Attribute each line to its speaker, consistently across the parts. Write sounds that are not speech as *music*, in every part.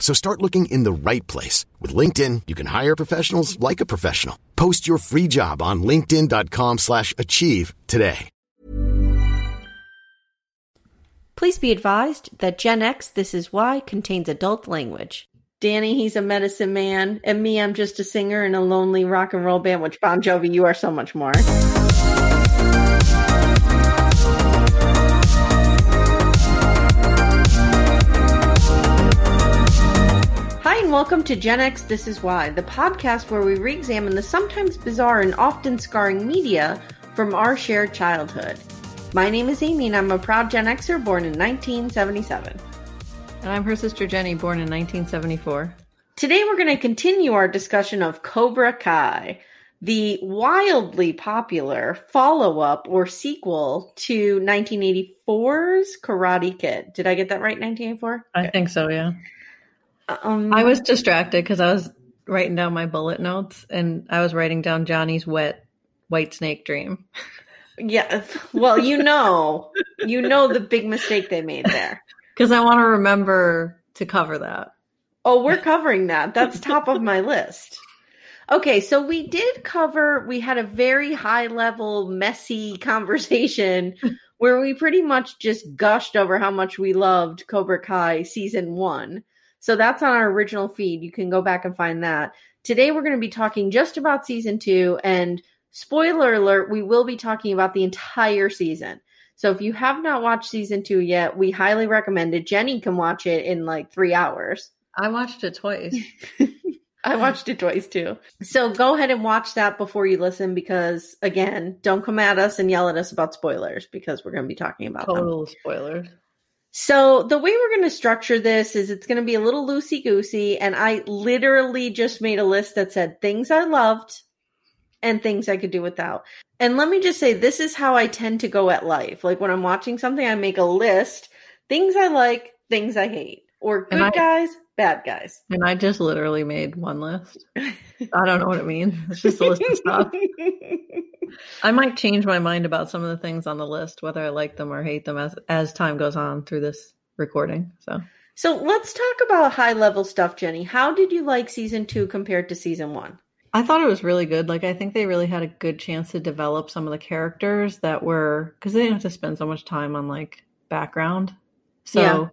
Speaker 1: So start looking in the right place. With LinkedIn, you can hire professionals like a professional. Post your free job on linkedin.com slash achieve today.
Speaker 2: Please be advised that Gen X This Is Why contains adult language. Danny, he's a medicine man, and me, I'm just a singer in a lonely rock and roll band, which Bon Jovi, you are so much more. Hi, and welcome to Gen X This Is Why, the podcast where we re examine the sometimes bizarre and often scarring media from our shared childhood. My name is Amy, and I'm a proud Gen Xer born in 1977.
Speaker 3: And I'm her sister Jenny, born in 1974.
Speaker 2: Today, we're going to continue our discussion of Cobra Kai, the wildly popular follow up or sequel to 1984's Karate Kid. Did I get that right? 1984?
Speaker 3: I think so, yeah.
Speaker 2: Um,
Speaker 3: I was distracted because I was writing down my bullet notes and I was writing down Johnny's wet white snake dream.
Speaker 2: *laughs* Yeah. Well, you know, you know the big mistake they made there.
Speaker 3: Because I want to remember to cover that.
Speaker 2: Oh, we're covering that. That's top of my list. Okay, so we did cover, we had a very high level, messy conversation *laughs* where we pretty much just gushed over how much we loved Cobra Kai season one. So that's on our original feed. You can go back and find that. Today, we're going to be talking just about season two. And spoiler alert, we will be talking about the entire season. So if you have not watched season two yet, we highly recommend it. Jenny can watch it in like three hours.
Speaker 3: I watched it *laughs* twice.
Speaker 2: I watched it twice too. So go ahead and watch that before you listen because, again, don't come at us and yell at us about spoilers because we're going to be talking about them.
Speaker 3: Total spoilers.
Speaker 2: So the way we're going to structure this is it's going to be a little loosey goosey. And I literally just made a list that said things I loved and things I could do without. And let me just say, this is how I tend to go at life. Like when I'm watching something, I make a list things I like, things I hate, or good
Speaker 3: And I-
Speaker 2: guys, bad guys.
Speaker 3: And I just literally made one list. I don't know what it means. It's just a list of *laughs* stuff. I might change my mind about some of the things on the list, whether I like them or hate them as as time goes on through this recording. So
Speaker 2: so let's talk about high level stuff, Jenny. How did you like season two compared to season one?
Speaker 3: I thought it was really good. Like I think they really had a good chance to develop some of the characters that were because they didn't have to spend so much time on like background. So
Speaker 2: Yeah.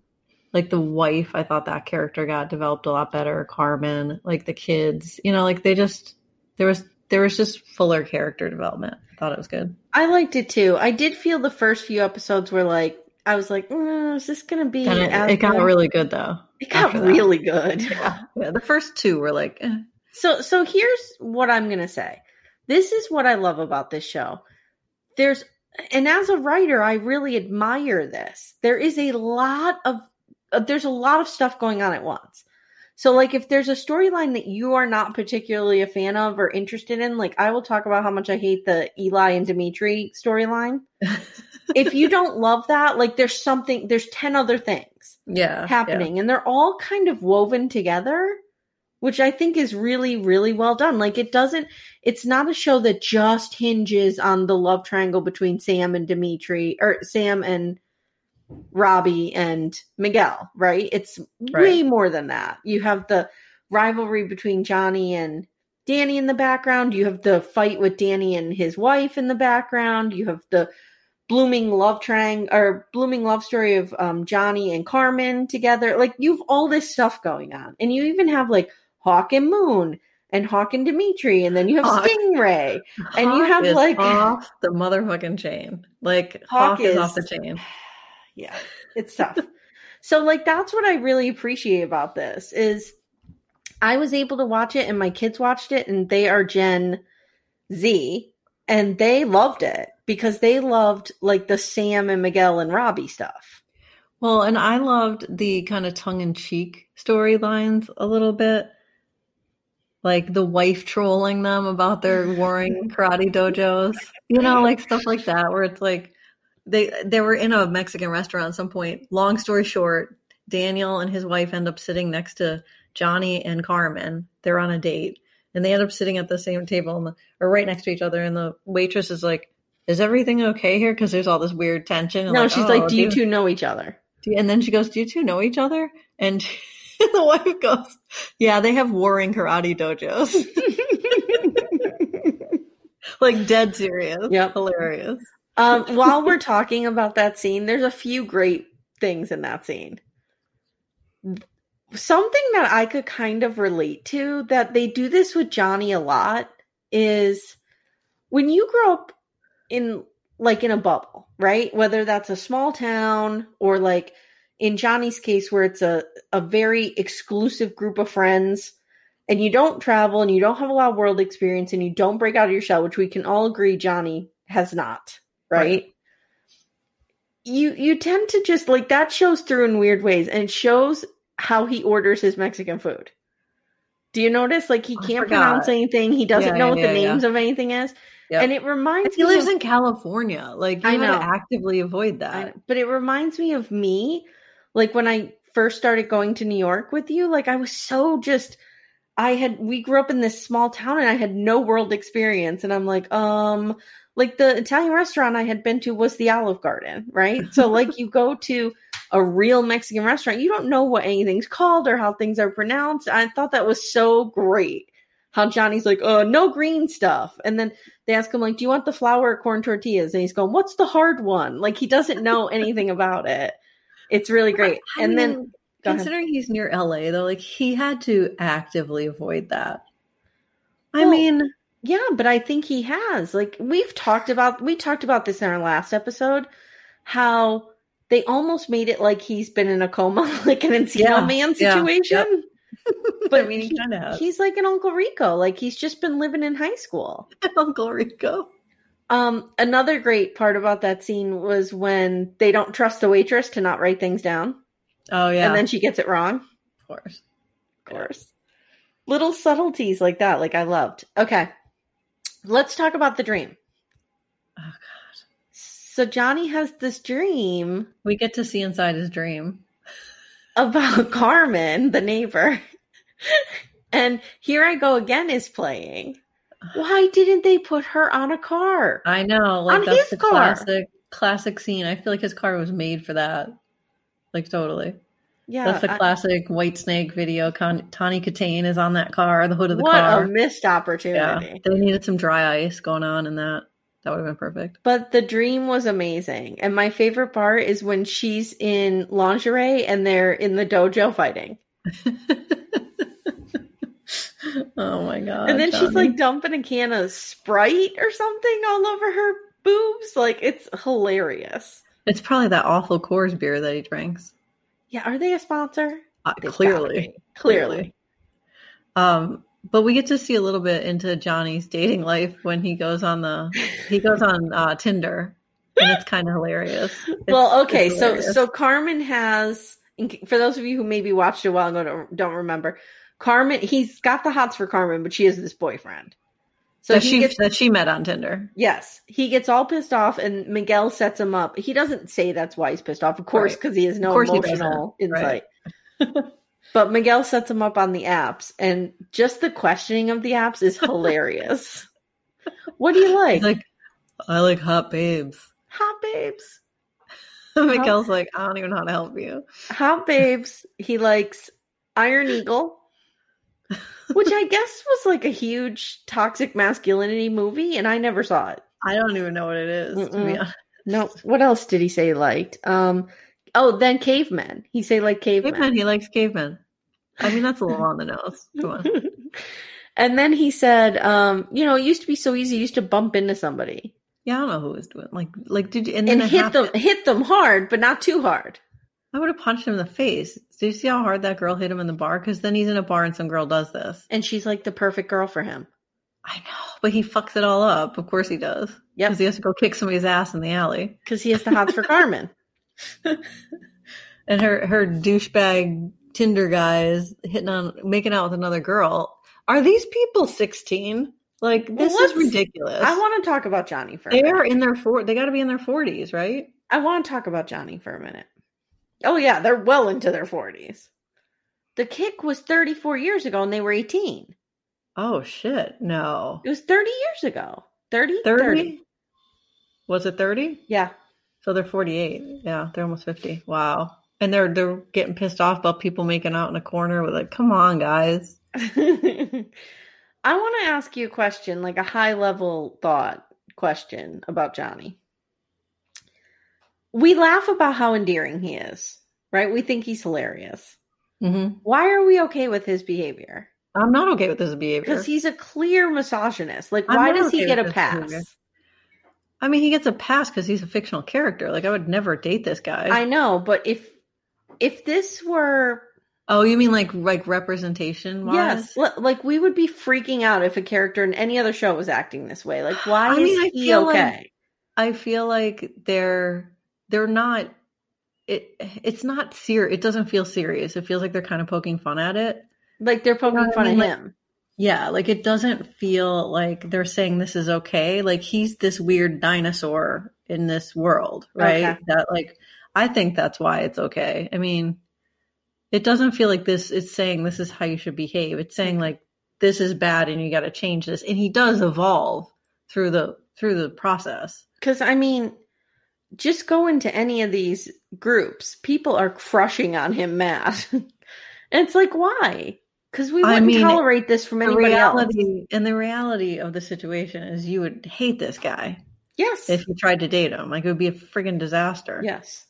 Speaker 3: like the wife, I thought that character got developed a lot better. Carmen, like the kids, you know, like they just there was there was just fuller character development. I thought it was good.
Speaker 2: I liked it too. I did feel the first few episodes were like, I was like, mm, is this going to be?
Speaker 3: And it,
Speaker 2: as
Speaker 3: it got
Speaker 2: good?"
Speaker 3: really good though.
Speaker 2: It got
Speaker 3: after that.
Speaker 2: really good.
Speaker 3: Yeah. yeah. The first two were like eh.
Speaker 2: So so here's what I'm going to say. This is what I love about this show. There's and as a writer, I really admire this. There is a lot of uh, there's a lot of stuff going on at once. So like if there's a storyline that you are not particularly a fan of or interested in, like I will talk about how much I hate the Eli and Dimitri storyline. if you don't love that, like there's something there's 10 other things
Speaker 3: yeah yeah.
Speaker 2: happening and they're all kind of woven together which i think is really really well done like it doesn't it's not a show that just hinges on the love triangle between sam and dimitri or sam and robbie and miguel right it's way
Speaker 3: Right.
Speaker 2: more than that you have the rivalry between johnny and danny in the background you have the fight with danny and his wife in the background you have the blooming love triangle or blooming love story of um, Johnny and Carmen together. Like you've all this stuff going on, and you even have like Hawk and Moon and Hawk and Dimitri, and then you have
Speaker 3: Hawk. *laughs*
Speaker 2: Stingray. And you
Speaker 3: Hawk
Speaker 2: have,
Speaker 3: is
Speaker 2: like-
Speaker 3: off the motherfucking chain. Like
Speaker 2: Hawk
Speaker 3: Hawk, is,
Speaker 2: is-
Speaker 3: off the chain.
Speaker 2: yeah, it's tough. so like that's what I really appreciate about this is I was able to watch it and my kids watched it and they are Gen Z and they loved it because they loved like the Sam and Miguel and Robbie stuff.
Speaker 3: Well, and I loved the kind of tongue in cheek storylines a little bit. Like the wife trolling them about their
Speaker 2: *laughs*
Speaker 3: warring karate dojos, you know, like stuff like that, where it's like they they were in a Mexican restaurant at some point. Long story short, Daniel and his wife end up sitting next to Johnny and Carmen. They're on a date, and they end up sitting at the same table the, or right next to each other. And the waitress is like, "Is everything okay here?" Because there's all this weird tension. and
Speaker 2: no, she's
Speaker 3: "Oh,
Speaker 2: like, Do you
Speaker 3: dude."
Speaker 2: two know each other?
Speaker 3: Do you- and then she goes, "Do you two know each other?" And *laughs* the wife goes, "Yeah, they have warring karate dojos." *laughs* like dead serious.
Speaker 2: Yep.
Speaker 3: hilarious.
Speaker 2: um, while we're talking about that scene, there's a few great things in that scene. Something that I could kind of relate to that they do this with Johnny a lot is when you grow up in like in a bubble, right? Whether that's a small town or like in Johnny's case where it's a a very exclusive group of friends and you don't travel and you don't have a lot of world experience and you don't break out of your shell, which we can all agree Johnny has not, right? You you tend to just like that shows through in weird ways and it shows how he orders his Mexican food. Do you notice? Like he
Speaker 3: I
Speaker 2: can't
Speaker 3: forgot.
Speaker 2: pronounce anything. He doesn't
Speaker 3: Yeah,
Speaker 2: know
Speaker 3: yeah,
Speaker 2: what
Speaker 3: yeah,
Speaker 2: the
Speaker 3: yeah.
Speaker 2: names of anything is.
Speaker 3: Yep.
Speaker 2: And it reminds
Speaker 3: He
Speaker 2: me
Speaker 3: lives
Speaker 2: of-
Speaker 3: in California. Like you
Speaker 2: I
Speaker 3: I know.
Speaker 2: know.
Speaker 3: actively avoid that.
Speaker 2: I know, but it reminds me of me, like when I first started going to New York with you. Like I was so just, I had we grew up in this small town and I had no world experience, and I'm like, um, like the Italian restaurant I had been to was the Olive Garden, right? So like you go to a real Mexican restaurant, you don't know what anything's called or how things are pronounced. I thought that was so great. How Johnny's like, oh, no green stuff. And then they ask him like do you want the flour or corn tortillas and he's going what's the hard one like he doesn't
Speaker 3: *laughs*
Speaker 2: know anything about it it's really great
Speaker 3: I
Speaker 2: and then
Speaker 3: mean,
Speaker 2: go ahead.
Speaker 3: considering he's near LA though, like he had to actively avoid that. I
Speaker 2: Well,
Speaker 3: mean,
Speaker 2: yeah but i think he has like we've talked about we talked about this in our last episode how they almost made it like he's been in a coma *laughs* like an Encino
Speaker 3: Yeah,
Speaker 2: man
Speaker 3: yeah,
Speaker 2: situation
Speaker 3: *laughs* I
Speaker 2: but
Speaker 3: mean, he
Speaker 2: he-
Speaker 3: kind of has
Speaker 2: he's like an uncle rico like he's just been living in high school
Speaker 3: Uncle Rico.
Speaker 2: Um, another great part about that scene was when they don't trust the waitress to not write things down,
Speaker 3: Oh yeah,
Speaker 2: and then she gets it wrong.
Speaker 3: of course.
Speaker 2: Of course, little subtleties like that, like I loved. Okay, let's talk about the dream.
Speaker 3: Oh, God.
Speaker 2: So Johnny has this dream
Speaker 3: We get to see inside his dream.
Speaker 2: about *laughs* Carmen, the neighbor, *laughs* and here I go again is playing.
Speaker 3: Uh-huh.
Speaker 2: Why didn't they put her on a car?
Speaker 3: I know, like
Speaker 2: On
Speaker 3: that's
Speaker 2: his
Speaker 3: the
Speaker 2: car.
Speaker 3: classic classic scene. I feel like his car was made for that. Like totally.
Speaker 2: Yeah,
Speaker 3: that's the
Speaker 2: I-
Speaker 3: classic White Snake video. Con- Tawny Katane is on that car, the hood of the
Speaker 2: what a
Speaker 3: car.
Speaker 2: missed
Speaker 3: yeah,
Speaker 2: opportunity.
Speaker 3: they needed some dry ice going on in that. That would have been perfect.
Speaker 2: But the dream was amazing. And my favorite part is when she's in lingerie and they're in the dojo fighting.
Speaker 3: oh my god!
Speaker 2: and then she's
Speaker 3: Johnny.
Speaker 2: like dumping a can of Sprite or something all over her boobs. Like it's hilarious.
Speaker 3: "It's probably that awful Coors beer that he drinks."
Speaker 2: Yeah, are they a sponsor?
Speaker 3: Uh,
Speaker 2: They've gotta
Speaker 3: clearly,
Speaker 2: be. Clearly.
Speaker 3: Um, but we get to see a little bit into Johnny's dating life when he goes on the he goes on uh, Tinder, and it's kind of hilarious. It's-
Speaker 2: well, okay,
Speaker 3: it's
Speaker 2: so
Speaker 3: hilarious.
Speaker 2: so Carmen has in- for those of you who maybe watched it a while ago don't, don't remember, Carmen he's got the hots for Carmen, but she has this boyfriend. So
Speaker 3: that
Speaker 2: he
Speaker 3: she
Speaker 2: gets
Speaker 3: that she met on Tinder.
Speaker 2: Yes, he gets all pissed off, and Miguel sets him up. He doesn't say that's why he's pissed off, of course,
Speaker 3: Right.
Speaker 2: because he has no
Speaker 3: Of course he
Speaker 2: emotional
Speaker 3: doesn't.
Speaker 2: insight.
Speaker 3: Right. *laughs*
Speaker 2: but Miguel sets him up on the apps, and just the questioning of the apps is
Speaker 3: *laughs*
Speaker 2: hilarious. what do you like?
Speaker 3: He's like, I like hot babes. *laughs*
Speaker 2: Hot babes.
Speaker 3: Miguel's like, I don't even know how to help you.
Speaker 2: Hot babes. He likes Iron Eagle, which I guess was like a huge toxic masculinity movie, and I never saw it.
Speaker 3: I don't even know what it is. To be
Speaker 2: Mm-mm.
Speaker 3: honest,
Speaker 2: No, what else did he say he liked? Um, oh, then cavemen. He say like
Speaker 3: cavemen. He likes cavemen. I mean, that's a little on the nose. Come *laughs* on.
Speaker 2: and then he said, um, you know, it used to be so easy. You used to bump into somebody.
Speaker 3: Yeah, I don't know who was doing. Like, like did you? And then
Speaker 2: and
Speaker 3: it
Speaker 2: hit them
Speaker 3: happened.
Speaker 2: hit them hard, but not too hard.
Speaker 3: I would have punched him in the face. Do you see how hard that girl hit him in the bar? Because then he's in a bar and some girl does this.
Speaker 2: And she's like the perfect girl for him.
Speaker 3: I know, but he fucks it all up. Of course he does.
Speaker 2: Yep.
Speaker 3: Because he has to go kick somebody's ass in the alley.
Speaker 2: Because he has the hots for
Speaker 3: *laughs*
Speaker 2: Carmen.
Speaker 3: And her her douchebag Tinder guy is hitting on making out with another girl. Are these people sixteen? Like this
Speaker 2: let's-
Speaker 3: is ridiculous.
Speaker 2: I want to talk about Johnny for a
Speaker 3: they
Speaker 2: minute.
Speaker 3: are in their four. They got to be in their forties, right?
Speaker 2: I want to talk about Johnny for a minute. Oh yeah, they're well into their forties. The kick was 34 years ago, and they were 18.
Speaker 3: Oh shit! No,
Speaker 2: It was 30 years ago. 30, 30.
Speaker 3: thirty. Was it thirty?
Speaker 2: Yeah,
Speaker 3: So they're 48. Yeah, they're almost 50. Wow. And they're they're getting pissed off about people making out in a corner with like, come on, guys.
Speaker 2: *laughs* I want to ask you a question, like a high level thought question about Johnny. We laugh about how endearing he is, right? We think he's hilarious.
Speaker 3: Mm-hmm.
Speaker 2: Why are we okay with his behavior?
Speaker 3: I'm not okay with this behavior.
Speaker 2: Because he's a clear misogynist. Like,
Speaker 3: I'm
Speaker 2: why
Speaker 3: not
Speaker 2: does he
Speaker 3: okay
Speaker 2: get
Speaker 3: with
Speaker 2: a
Speaker 3: his
Speaker 2: pass?
Speaker 3: behavior. I mean, he gets a pass because he's a fictional character. Like, I would never date this guy.
Speaker 2: I know, but if if this were
Speaker 3: oh, you mean like like representation wise?
Speaker 2: yes, li- like we would be freaking out if a character in any other show was acting this way. Like, why
Speaker 3: I
Speaker 2: is
Speaker 3: mean, I
Speaker 2: he
Speaker 3: feel like-
Speaker 2: okay?
Speaker 3: I feel like they're they're not it it's not serious it doesn't feel serious. It feels like they're kind of poking fun at it.
Speaker 2: Like, they're poking
Speaker 3: what I
Speaker 2: fun
Speaker 3: mean?
Speaker 2: at
Speaker 3: Like-
Speaker 2: him.
Speaker 3: Yeah, like it doesn't feel like they're saying this is okay. Like he's this weird dinosaur in this world, right?
Speaker 2: Okay.
Speaker 3: That like I think that's why it's okay. I mean, it doesn't feel like this it's saying this is how you should behave. It's saying like this is bad and you got to change this. And he does evolve through the through the process.
Speaker 2: Because I mean, just go into any of these groups, people are crushing on him, Matt. and *laughs* it's like, why? Because we
Speaker 3: I
Speaker 2: wouldn't
Speaker 3: mean,
Speaker 2: tolerate this from
Speaker 3: The
Speaker 2: anybody else.
Speaker 3: reality and the reality of the situation is you would hate this guy
Speaker 2: Yes.
Speaker 3: if you tried to date him. Like it would be a friggin' disaster.
Speaker 2: yes.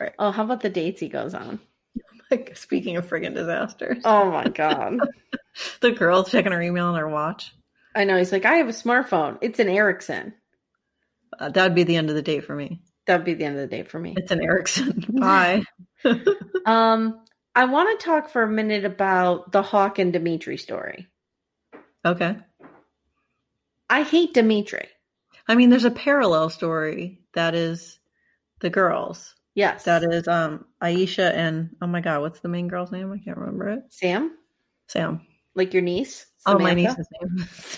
Speaker 3: Right.
Speaker 2: Oh, how about the dates he goes on?
Speaker 3: *laughs* Like speaking of friggin' disasters.
Speaker 2: Oh
Speaker 3: *laughs*
Speaker 2: my god.
Speaker 3: the girl checking her email on her watch.
Speaker 2: I know. He's like, I have a smartphone. It's an Ericsson.
Speaker 3: Uh, that'd be the end of the day for me.
Speaker 2: That'd be the end of the day for
Speaker 3: *laughs*
Speaker 2: me.
Speaker 3: It's an Ericsson. Bye.
Speaker 2: Um, I want to talk for a minute about the Hawk and Dimitri story.
Speaker 3: Okay.
Speaker 2: I hate Dimitri.
Speaker 3: I mean, there's a parallel story that is the girls.
Speaker 2: Yes.
Speaker 3: That is um Aisha and oh my god, what's the main girl's name? I can't remember it.
Speaker 2: Sam,
Speaker 3: Sam.
Speaker 2: like your niece.
Speaker 3: Oh, my
Speaker 2: Samantha?
Speaker 3: niece's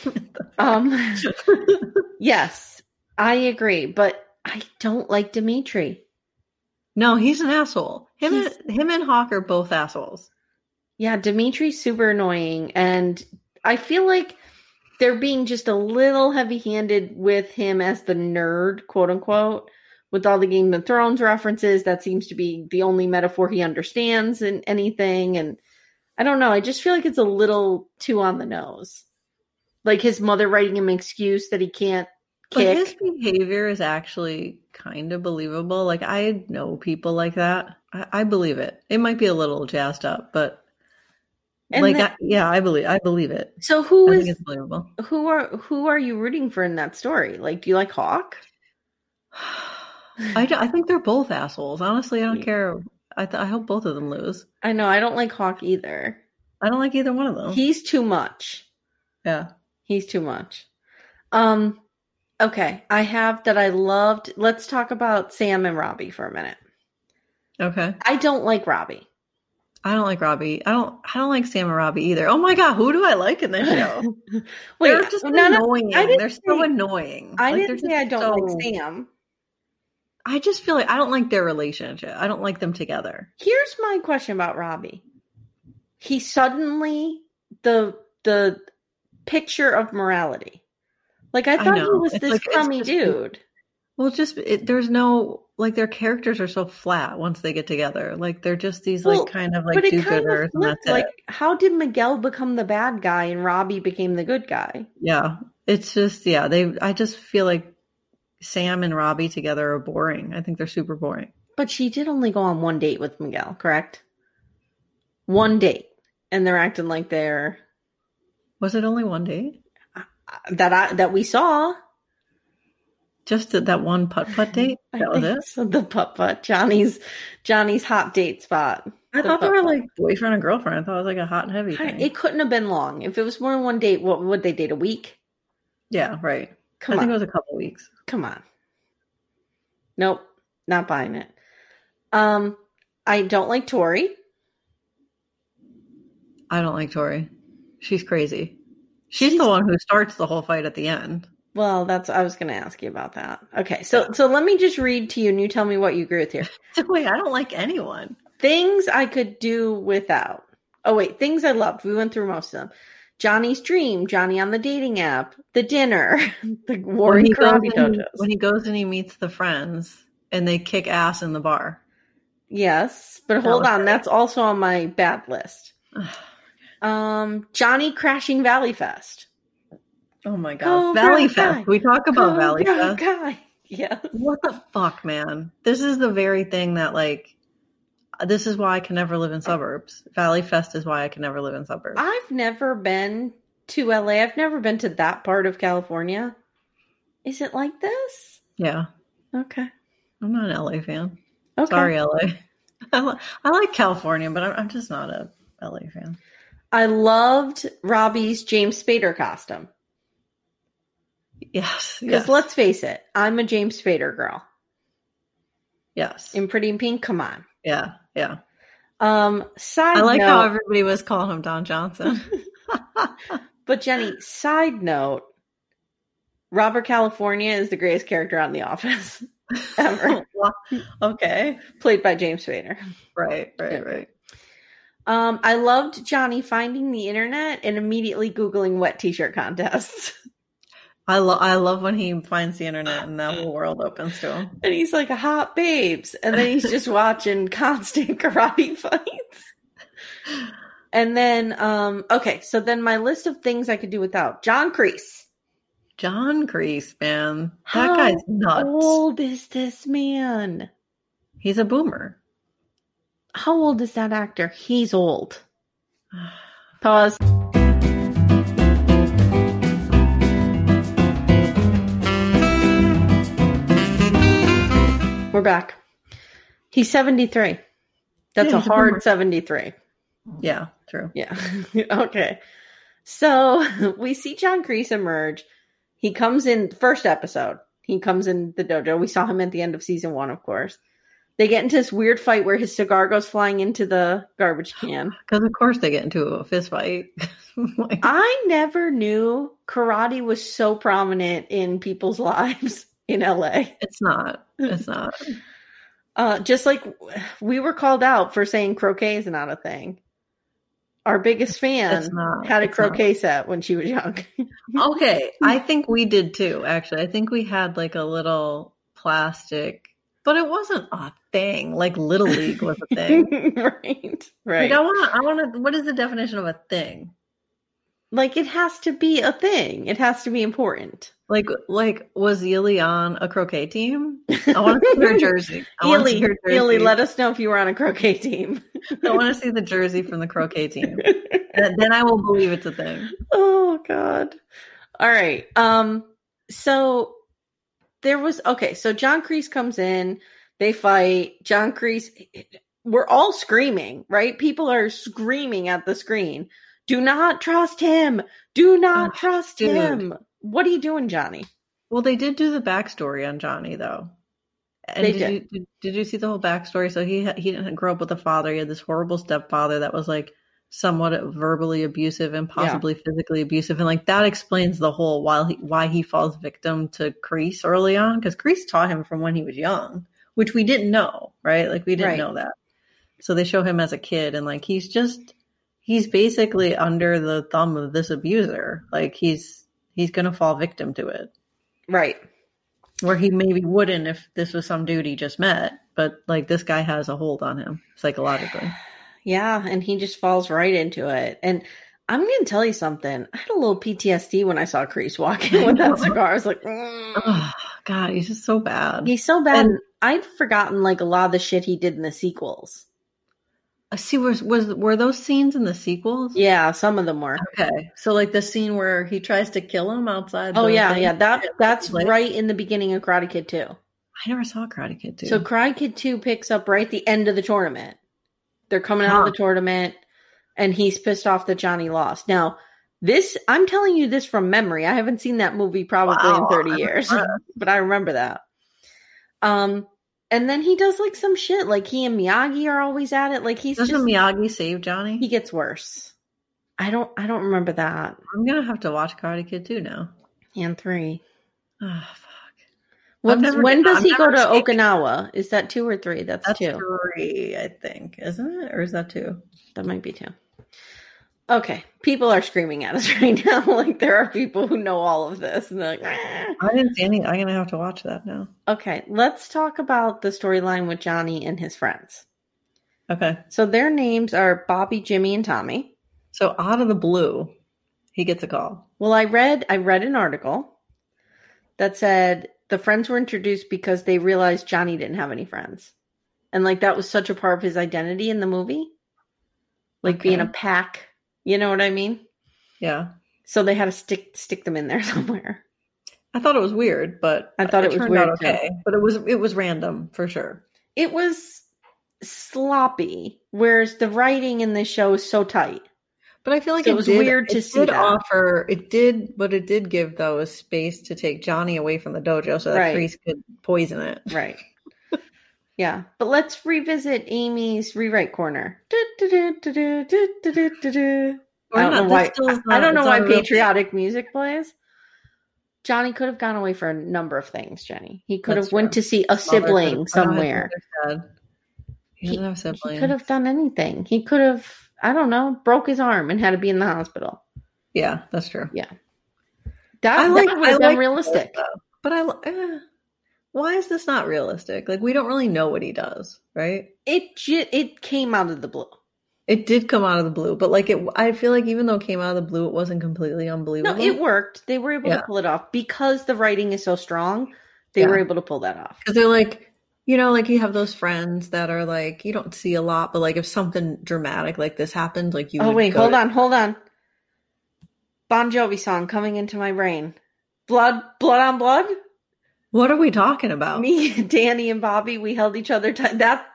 Speaker 3: name. *laughs* Samantha.
Speaker 2: Um, *laughs* Yes, I agree, but I don't like Dimitri.
Speaker 3: no, he's an asshole. Him
Speaker 2: He's-
Speaker 3: and him and Hawk are both assholes.
Speaker 2: Yeah, Dimitri's super annoying, and I feel like they're being just a little heavy handed with him as the nerd, quote unquote, with all the Game of Thrones references. That seems to be the only metaphor he understands in anything. And I don't know, I just feel like it's a little too on the nose. Like his mother writing him an excuse that he can't
Speaker 3: But
Speaker 2: kick.
Speaker 3: his behavior is actually kind of believable. Like I know people like that. I, I believe it. It might be a little jazzed up, but
Speaker 2: And
Speaker 3: like
Speaker 2: that-
Speaker 3: I, yeah, I believe I believe it.
Speaker 2: so who
Speaker 3: I
Speaker 2: is
Speaker 3: think it's believable.
Speaker 2: who are who are you rooting for in that story? Like, do you like Hawk?
Speaker 3: I, do- I think they're both assholes. Honestly, I don't
Speaker 2: Yeah.
Speaker 3: care. I th- I hope both of them lose.
Speaker 2: *sighs* I know I don't like Hawk either.
Speaker 3: I don't like either one of them.
Speaker 2: He's too much.
Speaker 3: yeah.
Speaker 2: He's too much. Um okay, I have that I loved. Let's talk about Sam and Robbie for a minute.
Speaker 3: Okay.
Speaker 2: I don't like Robbie.
Speaker 3: I don't like Robbie. I don't. I don't like Sam and Robbie either. Oh my god, who do I like
Speaker 2: *laughs*
Speaker 3: in this show?
Speaker 2: Wait,
Speaker 3: they're just
Speaker 2: no, no,
Speaker 3: annoying.
Speaker 2: I didn't
Speaker 3: they're so
Speaker 2: say-
Speaker 3: annoying.
Speaker 2: I
Speaker 3: Like,
Speaker 2: didn't
Speaker 3: they're
Speaker 2: say I
Speaker 3: just
Speaker 2: don't
Speaker 3: so-
Speaker 2: like Sam.
Speaker 3: I just feel like I don't like their relationship. I don't like them together.
Speaker 2: Here's my question about Robbie. He suddenly the the picture of morality. Like I
Speaker 3: I
Speaker 2: thought he
Speaker 3: know.
Speaker 2: was
Speaker 3: It's
Speaker 2: this
Speaker 3: like- it's
Speaker 2: crummy
Speaker 3: just-
Speaker 2: dude.
Speaker 3: Well, just it, there's no like their characters are so flat once they get together. Like they're just these
Speaker 2: Well,
Speaker 3: like kind of like do gooders, and that's
Speaker 2: flipped, like
Speaker 3: it.
Speaker 2: how did Miguel become the bad guy and Robbie became the good guy?
Speaker 3: Yeah, it's just yeah. They I just feel like Sam and Robbie together are boring. I think they're super boring.
Speaker 2: But she did only go on one date with Miguel, correct? One date, and they're acting like they're uh,
Speaker 3: Was it only one date?
Speaker 2: that I that we saw.
Speaker 3: Just did that one putt putt date.
Speaker 2: I
Speaker 3: That was
Speaker 2: think
Speaker 3: it.
Speaker 2: So the putt putt, Johnny's Johnny's hot date spot.
Speaker 3: I
Speaker 2: The
Speaker 3: thought they were
Speaker 2: putt-putt.
Speaker 3: like boyfriend and girlfriend. I thought it was like a hot and heavy
Speaker 2: I-
Speaker 3: thing.
Speaker 2: It couldn't have been long. If it was more than one date, what would they date a week?
Speaker 3: yeah, right.
Speaker 2: Come
Speaker 3: I think
Speaker 2: on,
Speaker 3: it was a couple weeks.
Speaker 2: come on. Nope, not buying it. Um, I don't like Tori.
Speaker 3: I don't like Tori. She's crazy. She's,
Speaker 2: She's-
Speaker 3: the one who starts the whole fight at the end.
Speaker 2: Well, that's I was going to ask you about that. Okay, so so let me just read to you, and you tell me what you agree with here.
Speaker 3: Wait, I don't like anyone.
Speaker 2: Things I could do without. Oh, wait. Things I loved. We went through most of them. Johnny's Dream, Johnny on the dating app, the dinner, *laughs* the war
Speaker 3: When
Speaker 2: in
Speaker 3: he, goes
Speaker 2: karate
Speaker 3: and,
Speaker 2: dojos.
Speaker 3: when he goes and he meets the friends and they kick ass in the bar.
Speaker 2: yes, but
Speaker 3: That
Speaker 2: hold
Speaker 3: was Oh,
Speaker 2: on.
Speaker 3: great.
Speaker 2: That's also on my bad
Speaker 3: *sighs*
Speaker 2: list. Um, Johnny Crashing Valley Fest.
Speaker 3: Oh my god.
Speaker 2: Cobra
Speaker 3: Valley
Speaker 2: Kai.
Speaker 3: Fest. We talk
Speaker 2: *laughs*
Speaker 3: about Valley
Speaker 2: Cobra
Speaker 3: Fest.
Speaker 2: Kai. Oh, *laughs* Yes.
Speaker 3: What the fuck, man? This is the very thing that like this is why I can never live in suburbs. Valley Fest is why I can never live in suburbs.
Speaker 2: I've never been to LA. I've never been to that part of California. Is it like this?
Speaker 3: yeah.
Speaker 2: Okay.
Speaker 3: I'm not an LA fan.
Speaker 2: Okay.
Speaker 3: Sorry, LA. *laughs* I, li- I like California, but I'm, I'm just not a LA fan.
Speaker 2: I loved Robbie's James Spader costume.
Speaker 3: Yes.
Speaker 2: Because
Speaker 3: Yes.
Speaker 2: let's face it, I'm a James Spader girl.
Speaker 3: yes.
Speaker 2: In Pretty in Pink, come on.
Speaker 3: yeah. Yeah.
Speaker 2: Um, side
Speaker 3: I like
Speaker 2: note,
Speaker 3: how everybody was calling him
Speaker 2: *laughs*
Speaker 3: Don Johnson.
Speaker 2: but Jenny, side note, Robert California is the greatest character on The Office, *laughs*
Speaker 3: *laughs*
Speaker 2: Ever.
Speaker 3: okay.
Speaker 2: played by James Spader.
Speaker 3: Right. Right. Right.
Speaker 2: Um, I loved Johnny finding the internet and immediately Googling wet t-shirt contests. *laughs*
Speaker 3: I love. I love when he finds the internet and that whole world opens to him.
Speaker 2: And he's like, hot babes. And then he's just watching constant karate *laughs* fights. And then, um, okay, so then my list of things I could do without John Creese.
Speaker 3: John Grease, man. That
Speaker 2: How
Speaker 3: guy's nuts.
Speaker 2: old is this man?
Speaker 3: He's a boomer.
Speaker 2: How old is that actor? He's old. Pause. We're back. He's 73. That's a
Speaker 3: Yeah, he's a boomer.
Speaker 2: hard 73.
Speaker 3: Yeah, true.
Speaker 2: Yeah. *laughs* okay. So *laughs* we see John Kreese emerge. He comes in first episode. He comes in the dojo. We saw him at the end of season one, of course. They get into this weird fight where his cigar goes flying into the garbage
Speaker 3: *gasps*
Speaker 2: can.
Speaker 3: Because of course they get into a fist fight. *laughs* Like,
Speaker 2: I never knew karate was so prominent in people's *laughs* lives in LA.
Speaker 3: it's not. It's not.
Speaker 2: Uh, just like we were called out for saying croquet is not a thing. Our biggest fan
Speaker 3: It's not.
Speaker 2: had a
Speaker 3: It's not.
Speaker 2: croquet set when she was young. *laughs*
Speaker 3: Okay, I think we did too. Actually, I think we had like a little plastic, but it wasn't a thing. Like Little League was
Speaker 2: *laughs*
Speaker 3: a thing. *laughs*
Speaker 2: right. Right.
Speaker 3: Like I want. to I want to. What is the definition of a thing?
Speaker 2: like it has to be a thing. It has to be important.
Speaker 3: Like, like was Yili on a croquet team? I want to
Speaker 2: *laughs*
Speaker 3: see their jersey. I want to see
Speaker 2: Ely,
Speaker 3: her jersey.
Speaker 2: Ely, let us know if you were on a croquet *laughs* team.
Speaker 3: *laughs* I want to see the jersey from the
Speaker 2: *laughs*
Speaker 3: croquet team. Th- then I will believe it's a thing.
Speaker 2: oh god. All right. Um so there was okay, so John Creese comes in, they fight. John Creese we're all screaming, right? People are screaming at the screen. Do not trust him. Do not
Speaker 3: Ugh,
Speaker 2: trust
Speaker 3: Oh, dude.
Speaker 2: him. What are you doing, Johnny?
Speaker 3: Well, they did do the backstory on Johnny though. And
Speaker 2: They
Speaker 3: did,
Speaker 2: did.
Speaker 3: You, did did you see the whole backstory? So he ha- he didn't grow up with a father. He had this horrible stepfather that was like somewhat verbally abusive and possibly physically abusive, and like that explains the whole while he, why he falls victim to Crease early on because Crease taught him from when he was young, which we didn't know, right? Like we didn't
Speaker 2: Right.
Speaker 3: know that. So they show him as a kid, and like he's just he's basically under the thumb of this abuser. Like he's he's gonna fall victim to it
Speaker 2: Right.
Speaker 3: where he maybe wouldn't if this was some dude he just met, but like this guy has a hold on him psychologically.
Speaker 2: Yeah, and he just falls right into it. And I'm going to tell you something. I had a little PTSD when I saw Crease walking with that cigar. I was like, mm.
Speaker 3: Oh, God, he's just so bad.
Speaker 2: he's so bad.
Speaker 3: And-
Speaker 2: I'd forgotten like a lot of the shit he did in the sequels.
Speaker 3: I uh, see. Was was were those scenes in the sequels?
Speaker 2: Yeah, some of them were.
Speaker 3: Okay, so like the scene where he tries to kill him outside.
Speaker 2: Oh
Speaker 3: the
Speaker 2: yeah,
Speaker 3: thing.
Speaker 2: yeah. That that's
Speaker 3: Like-
Speaker 2: right in the beginning of Karate Kid Two.
Speaker 3: I never saw Karate Kid too.
Speaker 2: So Karate Kid Two picks up right at the end of the tournament. They're coming out of the tournament, and he's pissed off that Johnny lost. Now, this I'm telling you this from memory. I haven't seen that movie probably
Speaker 3: Wow,
Speaker 2: in thirty
Speaker 3: *laughs* I'm
Speaker 2: years, *laughs*
Speaker 3: impressed.
Speaker 2: but I remember that. Um, and then he does like some shit. Like he and Miyagi are always at it. Like he's
Speaker 3: doesn't
Speaker 2: just
Speaker 3: Miyagi save Johnny?
Speaker 2: he gets worse. I don't I don't remember that.
Speaker 3: I'm gonna have to watch Karate Kid too now.
Speaker 2: And three.
Speaker 3: Oh, fuck.
Speaker 2: What's,
Speaker 3: never-
Speaker 2: when does
Speaker 3: I've
Speaker 2: he go
Speaker 3: never
Speaker 2: to
Speaker 3: seen-
Speaker 2: Okinawa? Is that two or three? That's,
Speaker 3: That's
Speaker 2: two.
Speaker 3: three, I think, isn't it, or is that two?
Speaker 2: That might be two. Okay. People are screaming at us *laughs* right now. like there are people who know all of this. And they're like, "Ah."
Speaker 3: I didn't see any. I'm gonna have to watch that now.
Speaker 2: okay, let's talk about the storyline with Johnny and his friends.
Speaker 3: Okay.
Speaker 2: So their names are Bobby, Jimmy, and Tommy.
Speaker 3: So out of the blue, he gets a call.
Speaker 2: Well, I read I read an article that said the friends were introduced because they realized Johnny didn't have any friends. And like that was such a part of his identity in the movie. Like being a
Speaker 3: Okay.
Speaker 2: pack. You know what I mean?
Speaker 3: Yeah.
Speaker 2: So they had to stick stick them in there *laughs* somewhere.
Speaker 3: I thought it was weird, but
Speaker 2: I thought it was
Speaker 3: turned
Speaker 2: weird,
Speaker 3: out okay, but it was it was random for sure.
Speaker 2: It was sloppy, whereas the writing in this show is so tight.
Speaker 3: But I feel like
Speaker 2: So
Speaker 3: it, was weird to see. Did
Speaker 2: that.
Speaker 3: offer it did what it did give though is space to take Johnny away from the dojo so that
Speaker 2: Right.
Speaker 3: Kreese could poison it. *laughs*
Speaker 2: Right. yeah. But let's revisit Amy's rewrite corner. Du-du-du-du-du-du-du-du-du. I don't know why.
Speaker 3: this still is
Speaker 2: I don't know
Speaker 3: it's
Speaker 2: why
Speaker 3: not a real-
Speaker 2: patriotic music plays. Johnny could have gone away for a number of things, Jenny. He could
Speaker 3: That's
Speaker 2: have went
Speaker 3: true.
Speaker 2: to see a
Speaker 3: I
Speaker 2: sibling
Speaker 3: don't
Speaker 2: somewhere.
Speaker 3: think they're sad. He doesn't have
Speaker 2: He
Speaker 3: siblings.
Speaker 2: could have done anything. He could have, I don't know, broke his arm and had to be in the hospital.
Speaker 3: Yeah, that's true.
Speaker 2: That,
Speaker 3: I like-
Speaker 2: that was
Speaker 3: I like-
Speaker 2: unrealistic.
Speaker 3: But I eh, why is this not realistic? Like we don't really know what he does, right?
Speaker 2: It ju- it came out of the blue.
Speaker 3: It did come out of the blue, but like it, I feel like even though it came out of the blue, it wasn't completely
Speaker 2: No,
Speaker 3: unbelievable.
Speaker 2: it worked. They were able
Speaker 3: Yeah.
Speaker 2: to pull it off because the writing is so strong. They
Speaker 3: Yeah.
Speaker 2: were able to pull that off.
Speaker 3: because they're like you know like you have those friends that are like you don't see a lot but like if something dramatic like this happened like you
Speaker 2: Oh
Speaker 3: would
Speaker 2: wait,
Speaker 3: go
Speaker 2: hold
Speaker 3: to-
Speaker 2: on, hold on. Bon Jovi song coming into my brain. Blood, blood on blood.
Speaker 3: what are we talking about
Speaker 2: Me, *laughs* Danny, and Bobby, we held each other. T- that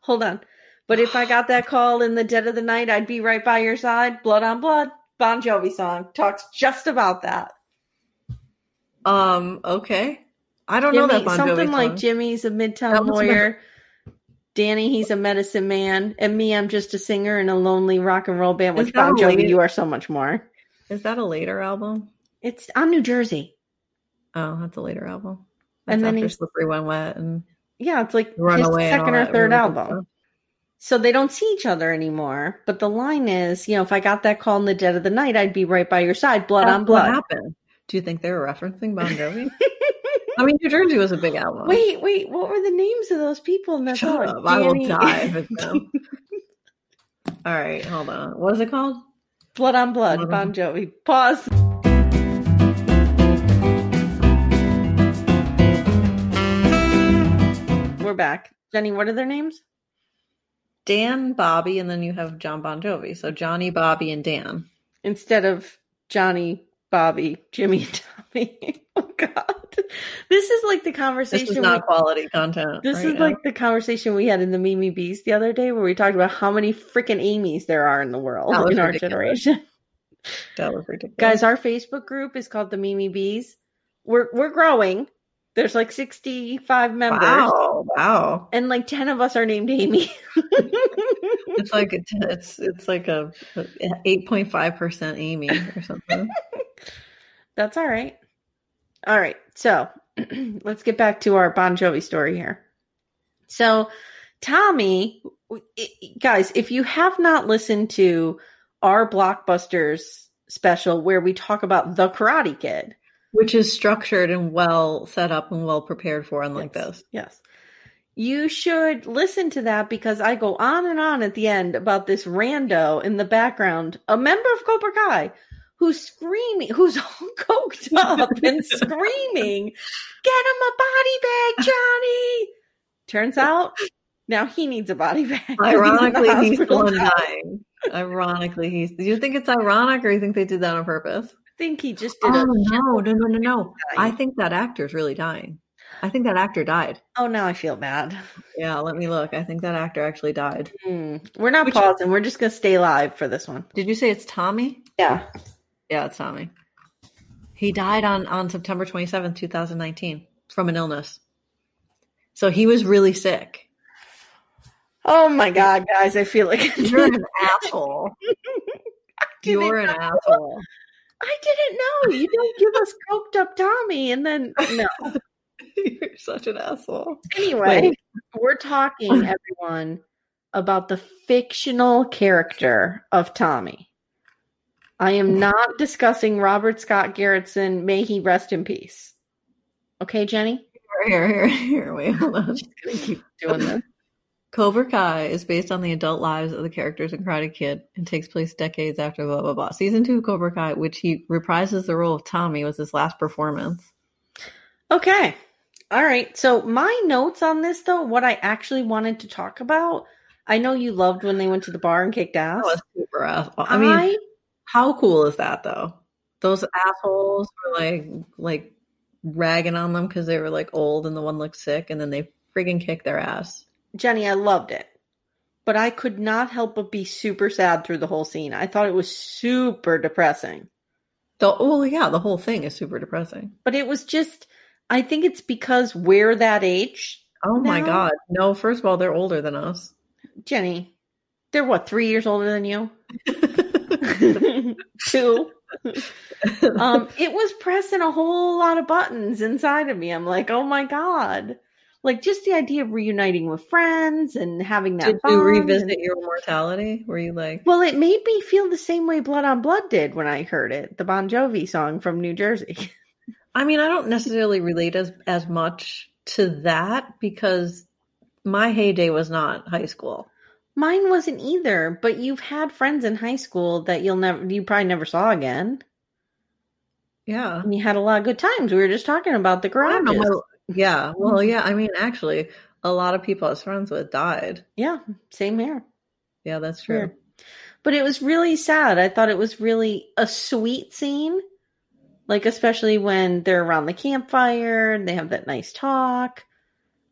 Speaker 2: hold on. But if I got
Speaker 3: *sighs*
Speaker 2: that call in the dead of the night, I'd be right by your side. Blood on blood. Bon Jovi song talks just about that.
Speaker 3: um okay i don't know that bon
Speaker 2: something
Speaker 3: Jovi
Speaker 2: like
Speaker 3: song.
Speaker 2: Jimmy's a
Speaker 3: That
Speaker 2: midtown
Speaker 3: was
Speaker 2: lawyer. Danny, he's a medicine man, and me, I'm just a singer in a lonely rock and roll band.
Speaker 3: Is
Speaker 2: Which
Speaker 3: that
Speaker 2: Bon
Speaker 3: a
Speaker 2: Jovi,
Speaker 3: lady-
Speaker 2: you are so much more.
Speaker 3: is that a later album
Speaker 2: It's on New Jersey.
Speaker 3: oh that's a later album
Speaker 2: And
Speaker 3: that's and
Speaker 2: then
Speaker 3: then
Speaker 2: he-
Speaker 3: after slippery when wet and
Speaker 2: Yeah, it's like his
Speaker 3: runaway and all
Speaker 2: second or
Speaker 3: that
Speaker 2: third
Speaker 3: really good
Speaker 2: album.
Speaker 3: stuff.
Speaker 2: So they don't see each other anymore. But the line is, you know, if I got that call in the dead of the night, I'd be right by your side, blood
Speaker 3: That's
Speaker 2: on
Speaker 3: what
Speaker 2: blood.
Speaker 3: happened do you think they were referencing bon jovi
Speaker 2: *laughs*
Speaker 3: i mean new jersey was a big album
Speaker 2: Wait, wait, what were the names of those people in that
Speaker 3: shut
Speaker 2: song?
Speaker 3: up i will
Speaker 2: Danny-
Speaker 3: die if
Speaker 2: *laughs*
Speaker 3: it's them all right hold on what is it called
Speaker 2: blood on blood,
Speaker 3: Blood
Speaker 2: Bon
Speaker 3: on-
Speaker 2: Jovi. Pause. We're back. Jenny, what are their names?
Speaker 3: Dan, Bobby, and then you have John Bon Jovi. So Johnny, Bobby, and Dan.
Speaker 2: instead of Johnny, Bobby, Jimmy, *laughs* and Tommy. oh God, this is like the
Speaker 3: This
Speaker 2: conversation.
Speaker 3: is not
Speaker 2: we-
Speaker 3: quality content.
Speaker 2: this
Speaker 3: right
Speaker 2: is
Speaker 3: now.
Speaker 2: like the conversation we had in the Mimi Bees the other day, where we talked about how many freaking Amy's there are in the world
Speaker 3: That was
Speaker 2: in our
Speaker 3: ridiculous.
Speaker 2: generation.
Speaker 3: that was ridiculous.
Speaker 2: Guys, our Facebook group is called the Mimi Bees. We're we're growing. There's like 65 members,
Speaker 3: wow, wow.
Speaker 2: and like 10 of us are named Amy. *laughs*
Speaker 3: It's like a, it's it's like a eight point five percent Amy or something.
Speaker 2: That's all right. All right. So *clears throat* let's get back to our Bon Jovi story here. So, Tommy, w- i- guys, if you have not listened to our Blockbusters special where we talk about The Karate Kid,
Speaker 3: Which is structured and well set up and well prepared for, unlike this.
Speaker 2: yes, you should listen to that because I go on and on at the end about this rando in the background, a member of Cobra Kai. Who's screaming? Who's *laughs* all coked up
Speaker 3: *laughs*
Speaker 2: and screaming? Get him a body bag, Johnny. Turns out Now he needs a body bag. *laughs*
Speaker 3: Ironically, he's the
Speaker 2: still
Speaker 3: one dying. Ironically, he's. Do you think it's ironic, or you think they did that on purpose?
Speaker 2: I think he just
Speaker 3: Oh
Speaker 2: did. a-
Speaker 3: no, no, no, no, no! I
Speaker 2: Dying.
Speaker 3: think that actor's really dying. I think that actor died.
Speaker 2: oh, now I feel bad.
Speaker 3: Yeah, let me look. I think that actor actually died.
Speaker 2: Hmm. We're not
Speaker 3: Which-
Speaker 2: pausing. We're just gonna stay live for this one.
Speaker 3: Did you say it's Tommy?
Speaker 2: Yeah.
Speaker 3: Yeah, it's Tommy. He died on on September twenty seventh, two thousand nineteen, from an illness. So he was really sick.
Speaker 2: Oh my god, guys! I feel like
Speaker 3: You're *laughs* an asshole.
Speaker 2: didn't
Speaker 3: You're an asshole.
Speaker 2: I didn't know. You don't give us coked up Tommy, and then no.
Speaker 3: *laughs* You're such an asshole.
Speaker 2: Anyway,
Speaker 3: Wait.
Speaker 2: we're talking everyone about the fictional character of Tommy. I am not discussing Robert Scott Garrettson. May he rest in peace. Okay, Jenny.
Speaker 3: Here, here, here. Wait, hold on.
Speaker 2: Gonna keep doing this.
Speaker 3: Cobra Kai is based on the adult lives of the characters in Karate Kid and takes place decades after blah blah blah. Season two of Cobra Kai, which he reprises the role of Tommy, was his last performance.
Speaker 2: *laughs* Okay. All right. So my notes on this, though, what I actually wanted to talk about. I know you loved when they went to the bar and kicked ass.
Speaker 3: That was super asshole. Oh, I mean,
Speaker 2: I
Speaker 3: how cool is that though? Those assholes were like like ragging on them because they were like old and the one looked sick, and then they friggin' kicked their ass.
Speaker 2: Jenny, I loved it. But I could not help but be super sad through the whole scene. I thought it was super depressing.
Speaker 3: The oh yeah, the whole thing is super depressing.
Speaker 2: But it was just, I think it's because we're that age,
Speaker 3: Oh my
Speaker 2: No.
Speaker 3: god. No, first of all, they're older
Speaker 2: *laughs*
Speaker 3: than us. *laughs*
Speaker 2: Jenny. They're what, three years older than you? Two. Um, it was pressing a whole lot of buttons inside of me. I'm like, oh my God. Like just the idea of reuniting with friends and having that
Speaker 3: Did you
Speaker 2: bond and-
Speaker 3: revisit your mortality? Were you like
Speaker 2: Well, it made me feel the same way Blood on Blood did when I heard it, the Bon Jovi song from New Jersey. *laughs*
Speaker 3: I mean, I don't necessarily relate as as much to that because my heyday was not high school.
Speaker 2: Mine wasn't either, but you've had friends in high school that you'll never, you probably never saw again.
Speaker 3: Yeah.
Speaker 2: And you had a lot of good times. We were just talking about the
Speaker 3: I don't know.
Speaker 2: garages.
Speaker 3: my- yeah. Well, yeah. I mean, actually, a lot of people I was friends with died.
Speaker 2: yeah, same here.
Speaker 3: Yeah, that's true.
Speaker 2: Weird. But it was really sad. I thought it was really a sweet scene. Like, especially when they're around the campfire and they have that nice talk.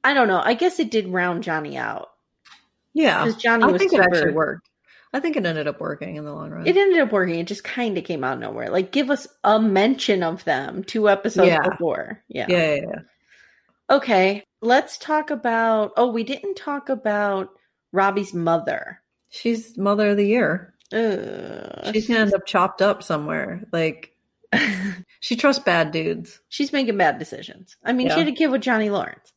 Speaker 2: I don't know. I guess it did round Johnny out.
Speaker 3: Yeah.
Speaker 2: Because Johnny
Speaker 3: Oh, I
Speaker 2: was
Speaker 3: think
Speaker 2: super
Speaker 3: it actually worked. I think it ended up working in the long run.
Speaker 2: It ended up working. It just kind of came out of nowhere. Like, give us a mention of them two episodes
Speaker 3: Yeah.
Speaker 2: before. Yeah.
Speaker 3: Yeah, yeah, yeah.
Speaker 2: Okay. Let's talk about. Oh, we didn't talk about Robbie's mother.
Speaker 3: She's mother of the year.
Speaker 2: Ugh.
Speaker 3: Oh, She's gonna end up chopped up somewhere. *laughs* Like she trusts bad dudes.
Speaker 2: She's making bad decisions. I mean, she
Speaker 3: Yeah.
Speaker 2: had a kid with Johnny Lawrence.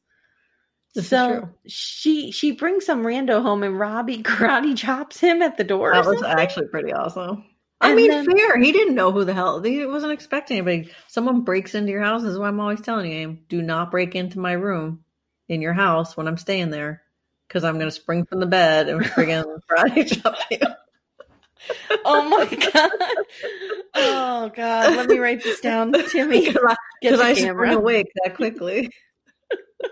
Speaker 3: This is
Speaker 2: so
Speaker 3: true.
Speaker 2: she she brings some rando home, and Robbie *laughs* karate chops him at the door.
Speaker 3: That was
Speaker 2: something.
Speaker 3: actually pretty awesome. I
Speaker 2: And
Speaker 3: mean,
Speaker 2: then-
Speaker 3: fair. He didn't know who the hell. He wasn't expecting anybody. Someone breaks into your house. This is why I'm always telling you, Aim, do not break into my room in your house when I'm staying there, because I'm going to spring from the
Speaker 2: *laughs*
Speaker 3: bed and friggin' karate chop you. *laughs*
Speaker 2: oh my god! Oh god! Let me write this
Speaker 3: *laughs*
Speaker 2: down, Timmy.
Speaker 3: Because I,
Speaker 2: Get
Speaker 3: 'cause
Speaker 2: the
Speaker 3: I spring
Speaker 2: camera.
Speaker 3: awake that quickly.
Speaker 2: *laughs*
Speaker 3: *laughs*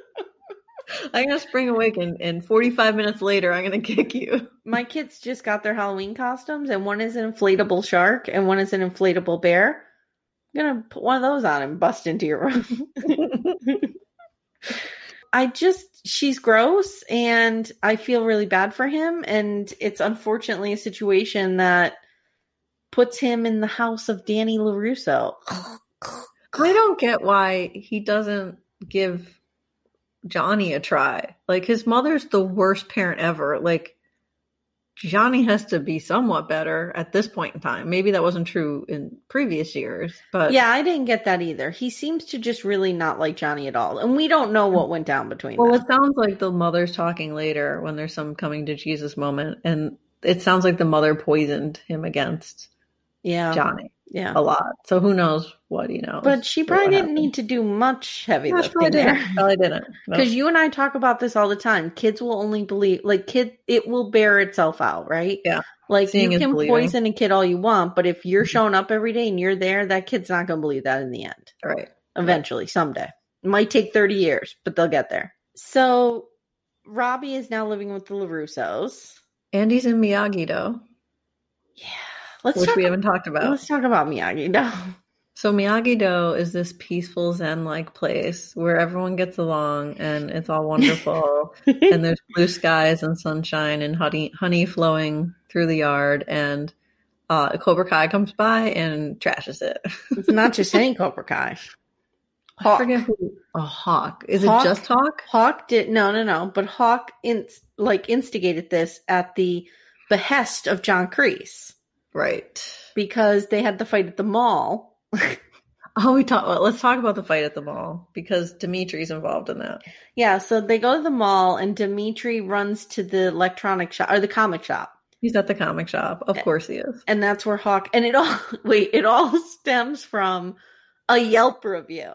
Speaker 3: I'm going to spring awake, and, and 45 minutes later, I'm going to kick you.
Speaker 2: my kids just got their Halloween costumes, and one is an inflatable shark and one is an inflatable bear. I'm gonna put one of those on and bust into your room. *laughs* I just she's gross and I feel really bad for him and it's unfortunately a situation that puts him in the house of Danny LaRusso.
Speaker 3: I don't get why he doesn't give Johnny a try. Like his mother's the worst parent ever. Like Johnny has to be somewhat better at this point in time. Maybe that wasn't true in previous years, but
Speaker 2: Yeah, I didn't get that either. He seems to just really not like Johnny at all. And we don't know what went down between
Speaker 3: Well,
Speaker 2: them.
Speaker 3: it sounds like the mother's talking later when there's some coming to Jesus moment, and it sounds like the mother poisoned him against
Speaker 2: Yeah.
Speaker 3: Johnny
Speaker 2: Yeah.
Speaker 3: a lot. So who knows what he knows?
Speaker 2: But she
Speaker 3: or
Speaker 2: probably
Speaker 3: what
Speaker 2: didn't
Speaker 3: happened.
Speaker 2: need to do much heavy
Speaker 3: No, she probably
Speaker 2: lifting there.
Speaker 3: didn't.
Speaker 2: *laughs*
Speaker 3: Probably didn't. No.
Speaker 2: Because you and I talk about this all the time. Kids will only believe, like, kid, it will bear itself out, right?
Speaker 3: Yeah.
Speaker 2: Like,
Speaker 3: Seeing
Speaker 2: you
Speaker 3: is
Speaker 2: can
Speaker 3: believing. Mm-hmm.
Speaker 2: poison a kid all you want, but if you're showing up every day and you're there, that kid's not going to believe that in the end,
Speaker 3: All right.
Speaker 2: eventually, someday. It might take 30 years, but they'll get there. So Robbie is now living with the LaRussos.
Speaker 3: Andy's in Miyagi Do,
Speaker 2: Yeah. Let's
Speaker 3: which
Speaker 2: talk,
Speaker 3: we haven't talked about.
Speaker 2: let's talk about Miyagi. No.
Speaker 3: So Miyagi Do is this peaceful Zen like place where everyone gets along and it's all *laughs* wonderful. and there's blue skies and sunshine and honey honey flowing through the yard and uh, Cobra Kai comes by and trashes it. *laughs*
Speaker 2: it's not just any Cobra Kai. *laughs*
Speaker 3: I
Speaker 2: Hawk.
Speaker 3: forget who. Oh, Hawk. Is
Speaker 2: Hawk?
Speaker 3: it just Hawk?
Speaker 2: Hawk did no, no, no. But Hawk in, like instigated this at the behest of John Kreese
Speaker 3: Right.
Speaker 2: because they had the fight at the mall.
Speaker 3: Oh, we talk. Well, let's talk about the fight at the mall because Dimitri's involved in that.
Speaker 2: Yeah, so they go to the mall and Dimitri runs to the electronic shop or the comic shop.
Speaker 3: He's at the comic shop. Of course he is.
Speaker 2: And that's where Hawk and it all *laughs* wait, it all stems from a Yelp review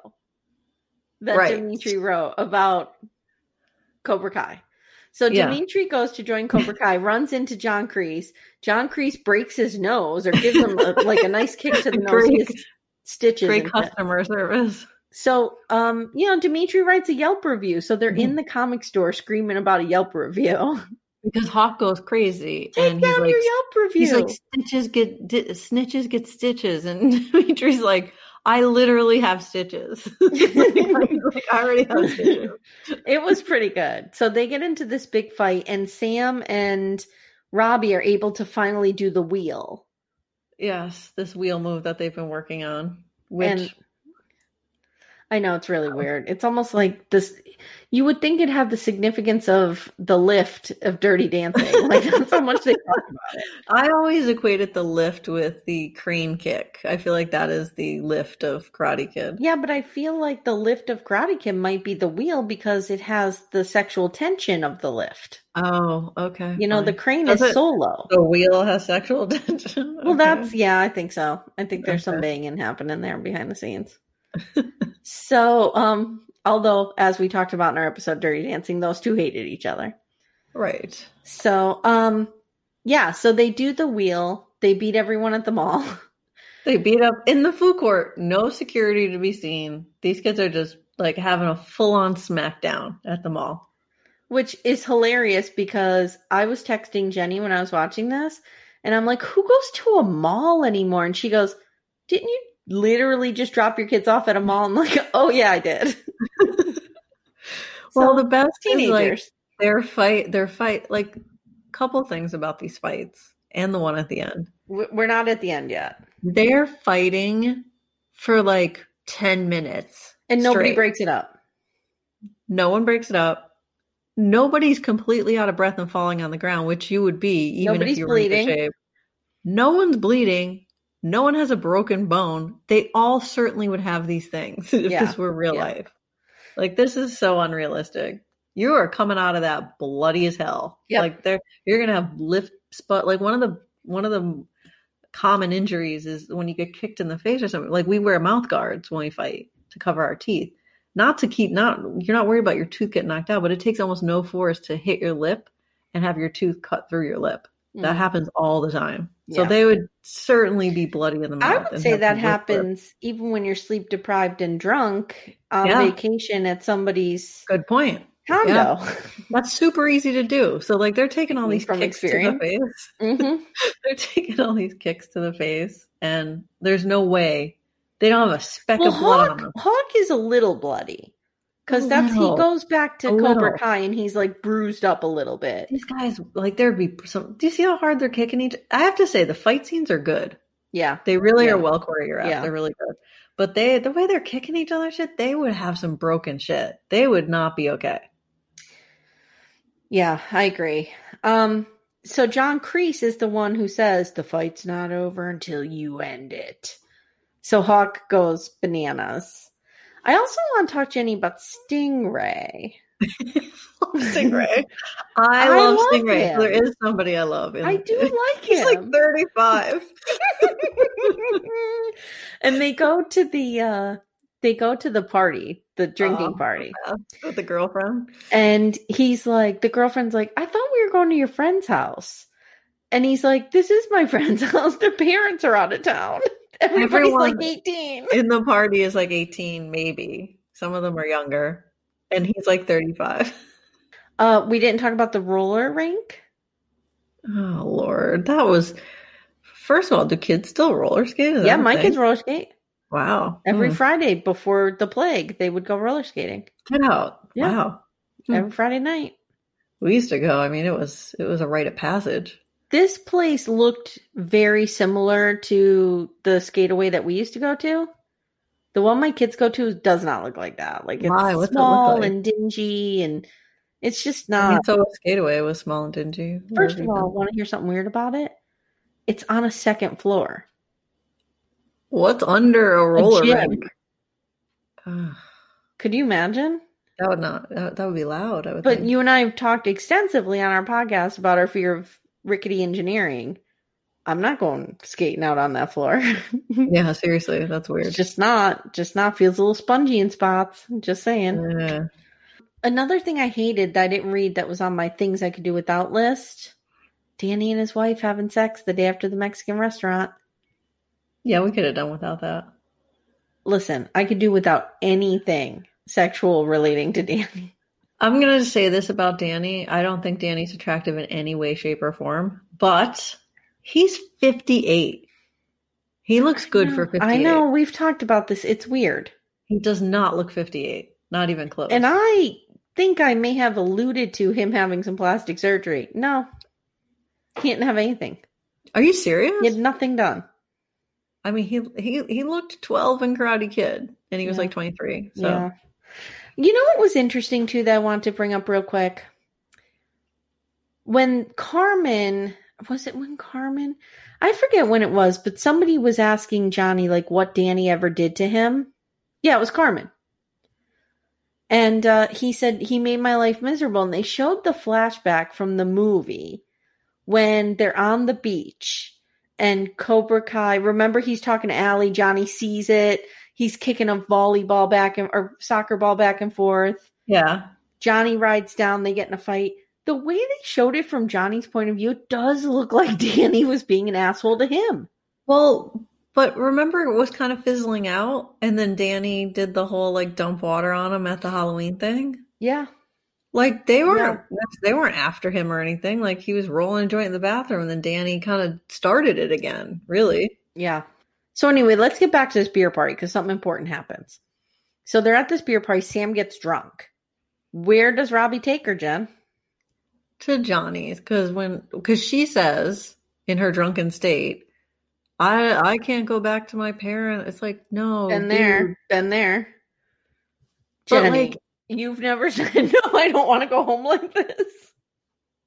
Speaker 2: that
Speaker 3: Right.
Speaker 2: Dimitri wrote about Cobra Kai. So
Speaker 3: Yeah.
Speaker 2: Dimitri goes to join Cobra
Speaker 3: *laughs*
Speaker 2: Kai, runs into John Kreese. John Kreese breaks his nose or gives him
Speaker 3: *laughs*
Speaker 2: a, like a nice kick to the nose. He
Speaker 3: Great.
Speaker 2: gets stitches.
Speaker 3: Great
Speaker 2: and-
Speaker 3: customer service.
Speaker 2: So, um, you know, Dimitri writes a Yelp review. So they're in
Speaker 3: Mhm.
Speaker 2: the comic store screaming about a Yelp review.
Speaker 3: Because Hawk goes crazy
Speaker 2: *laughs* Take
Speaker 3: and he's
Speaker 2: down
Speaker 3: like,
Speaker 2: your Yelp review.
Speaker 3: he's like, stitches get di- snitches get stitches, and *laughs* Dimitri's like, I literally have stitches. *laughs* Like, I already have
Speaker 2: *laughs*
Speaker 3: stitches.
Speaker 2: it was pretty good. So they get into this big fight, and Sam and Robbie are able to finally do the wheel.
Speaker 3: Yes, this wheel move that they've been working on, which
Speaker 2: And- I know it's
Speaker 3: Oh.
Speaker 2: really weird. It's almost like this. You would think it'd have the significance of the lift of Dirty
Speaker 3: *laughs*
Speaker 2: Dancing, like that's how much they talk about it.
Speaker 3: I always equated the lift with the crane kick. I feel like that is the lift of Karate Kid.
Speaker 2: Yeah, but I feel like the lift of Karate Kid might be the wheel because it has the sexual tension of the lift.
Speaker 3: Oh, okay.
Speaker 2: You know, the
Speaker 3: fine.
Speaker 2: crane
Speaker 3: Does
Speaker 2: is
Speaker 3: it-
Speaker 2: solo.
Speaker 3: the wheel has sexual *laughs* tension.
Speaker 2: Well,
Speaker 3: Okay.
Speaker 2: that's yeah, I think so. I think there's some
Speaker 3: Okay.
Speaker 2: banging happening there behind the scenes. so, um, although as we talked about in our episode Dirty Dancing, those two hated each other.
Speaker 3: right.
Speaker 2: So, um, yeah, so they do the wheel, they beat everyone at the mall. *laughs*
Speaker 3: They beat up in the food court. No security to be seen. These kids are just like having a full on smackdown at the mall.
Speaker 2: Which is hilarious because I was texting Jenny when I was watching this, and I'm like, Who goes to a mall anymore? And she goes, Didn't you literally just drop your kids off at a mall? I'm like, Oh, yeah, I did. *laughs* So,
Speaker 3: Well, the best is like
Speaker 2: teenagers.
Speaker 3: their fight. Their fight. Like, couple things about these fights and the one at the end.
Speaker 2: W- We're not at the end yet.
Speaker 3: They're fighting for like ten minutes,
Speaker 2: And nobody
Speaker 3: straight.
Speaker 2: breaks it up.
Speaker 3: No one breaks it up. Nobody's completely out of breath and falling on the ground, which you would be even
Speaker 2: Nobody's
Speaker 3: if you were in
Speaker 2: bleeding.
Speaker 3: good shape. No one's bleeding. No one has a broken bone. They all certainly would have these things *laughs* if
Speaker 2: Yeah.
Speaker 3: this were real
Speaker 2: Yeah.
Speaker 3: life. Like this is so unrealistic. You are coming out of that bloody as hell.
Speaker 2: Yep.
Speaker 3: Like there, you're gonna have lift spot. Like one of the one of the common injuries is when you get kicked in the face or something. Like we wear mouth guards when we fight to cover our teeth not to keep not you're not worried about your tooth getting knocked out, but it takes almost no force to hit your lip and have your tooth cut through your lip. That
Speaker 2: Mm.
Speaker 3: happens all the time. So
Speaker 2: Yeah.
Speaker 3: they would certainly be bloody in the mouth.
Speaker 2: I would
Speaker 3: and
Speaker 2: say
Speaker 3: have
Speaker 2: that
Speaker 3: to whip lip.
Speaker 2: happens even when you're sleep deprived and drunk on
Speaker 3: Yeah.
Speaker 2: vacation at somebody's
Speaker 3: Good point.
Speaker 2: condo. *laughs*
Speaker 3: That's super easy to do. So like they're taking all these
Speaker 2: From
Speaker 3: kicks
Speaker 2: experience.
Speaker 3: to the face. *laughs*
Speaker 2: hmm
Speaker 3: They're taking all these kicks to the face, and there's no way they don't have a speck
Speaker 2: Well,
Speaker 3: of blood on
Speaker 2: Hawk, oh,
Speaker 3: them.
Speaker 2: Hawk is a little bloody because
Speaker 3: A
Speaker 2: that's he
Speaker 3: little.
Speaker 2: goes back to
Speaker 3: A
Speaker 2: Cobra
Speaker 3: little.
Speaker 2: Kai and he's like bruised up a little bit.
Speaker 3: These guys, like, there'd be some. Do you see how hard they're kicking each? I have to say, the fight scenes are good.
Speaker 2: Yeah,
Speaker 3: They really
Speaker 2: Yeah.
Speaker 3: are well choreographed.
Speaker 2: Yeah.
Speaker 3: They're really good. But they the way they're kicking each other shit, they would have some broken shit. They would not be okay. *laughs*
Speaker 2: yeah, I agree. Um, so John Kreese is the one who says the fight's not over until you end it. So Hawk goes bananas. I also want to talk to Jenny about Stingray. *laughs*
Speaker 3: Stingray. I,
Speaker 2: I
Speaker 3: love,
Speaker 2: love
Speaker 3: Stingray.
Speaker 2: him.
Speaker 3: There is somebody I love. in-
Speaker 2: I *laughs* do like
Speaker 3: *laughs* He's like
Speaker 2: him.
Speaker 3: 35.
Speaker 2: *laughs* and they go to the uh they go to the party, the drinking
Speaker 3: Oh.
Speaker 2: party.
Speaker 3: With the girlfriend.
Speaker 2: And he's like the girlfriend's like, "I thought we were going to your friend's house." And he's like, "This is my *laughs* friend's house. Their parents are out of town. *laughs* Everybody's like
Speaker 3: Everyone-
Speaker 2: 18."
Speaker 3: In the party is like 18, maybe. Some of them are younger. And he's like 35.
Speaker 2: Uh, we didn't talk about the roller rink.
Speaker 3: Oh Lord, that was. First of all, do kids still roller skate? Is
Speaker 2: yeah,
Speaker 3: that a
Speaker 2: my
Speaker 3: thing?
Speaker 2: kids roller skate
Speaker 3: Wow.
Speaker 2: every
Speaker 3: Mm.
Speaker 2: Friday before the plague. They would go roller skating
Speaker 3: get out.
Speaker 2: Yeah.
Speaker 3: Wow. Hmm.
Speaker 2: every Friday night.
Speaker 3: We used to go. I mean, it was it was a rite of passage.
Speaker 2: This place looked very similar to the skateaway that we used to go to. The one my kids go to does not look like that. Like it's
Speaker 3: Why? What's it look
Speaker 2: small
Speaker 3: like?
Speaker 2: and dingy, and it's just
Speaker 3: I
Speaker 2: not.
Speaker 3: mean, so was Skateaway was small and dingy.
Speaker 2: Uh, First of
Speaker 3: Whatever.
Speaker 2: all, want to hear something weird about it? It's on a second floor.
Speaker 3: what's under a
Speaker 2: A
Speaker 3: roller
Speaker 2: gym.
Speaker 3: rink? Ugh,
Speaker 2: Could you imagine?
Speaker 3: that would not. That, that would be loud. I would.
Speaker 2: But
Speaker 3: think.
Speaker 2: you and I have talked extensively on our podcast about our fear of rickety engineering. I'm not going skating out on that floor. *laughs*
Speaker 3: Yeah, seriously, that's weird.
Speaker 2: it's just not, just not feels a little spongy in spots. I'm just saying.
Speaker 3: Yeah.
Speaker 2: Another thing I hated that I didn't read that was on my things I could do without list Danny and his wife having sex the day after the Mexican restaurant.
Speaker 3: yeah, we could have done without that.
Speaker 2: Listen, I could do without anything sexual relating to Danny.
Speaker 3: I'm going to say this about Danny. I don't think Danny's attractive in any way, shape, or form, but he's 58. He looks good for 58.
Speaker 2: *laughs* I know we've talked about this. It's weird.
Speaker 3: He does not look 58, not even close.
Speaker 2: And I think I may have alluded to him having some plastic surgery. No. He didn't have anything.
Speaker 3: Are you serious?
Speaker 2: He had nothing done.
Speaker 3: I mean, he he he looked 12 in Karate Kid, and he was
Speaker 2: Yeah.
Speaker 3: like 23. So
Speaker 2: Yeah. You know what was interesting too that I want to bring up real quick? When Carmen was it when Carmen? I forget when it was, but somebody was asking Johnny like what Danny ever did to him. Yeah, it was Carmen. And uh, he said he made my life miserable. And they showed the flashback from the movie when they're on the beach and Cobra Kai. Remember, he's talking to Allie. Johnny sees it. He's kicking a volleyball back and or soccer ball back and forth.
Speaker 3: yeah,
Speaker 2: Johnny rides down. They get in a fight. The way they showed it from Johnny's point of view it does look *laughs* like Danny was being an asshole to him.
Speaker 3: Well, but remember it was kind of fizzling out, and then Danny did the whole like dump water on him at the Halloween thing.
Speaker 2: Yeah,
Speaker 3: Like they
Speaker 2: Yeah.
Speaker 3: weren't they weren't after him or anything. Like he was rolling a joint in the bathroom, and then Danny kind of started it again. Really?
Speaker 2: Yeah. So anyway, let's get back to this beer party because something important happens. So they're at this beer party. Sam gets drunk. Where does Robbie take her, Jen?
Speaker 3: To Johnny's because when because she says in her drunken state, I I can't go back to my parents. It's like no,
Speaker 2: been there,
Speaker 3: dude.
Speaker 2: been there.
Speaker 3: But,
Speaker 2: Jenny,
Speaker 3: like-
Speaker 2: you've never *laughs* said no. I don't want to go home like this.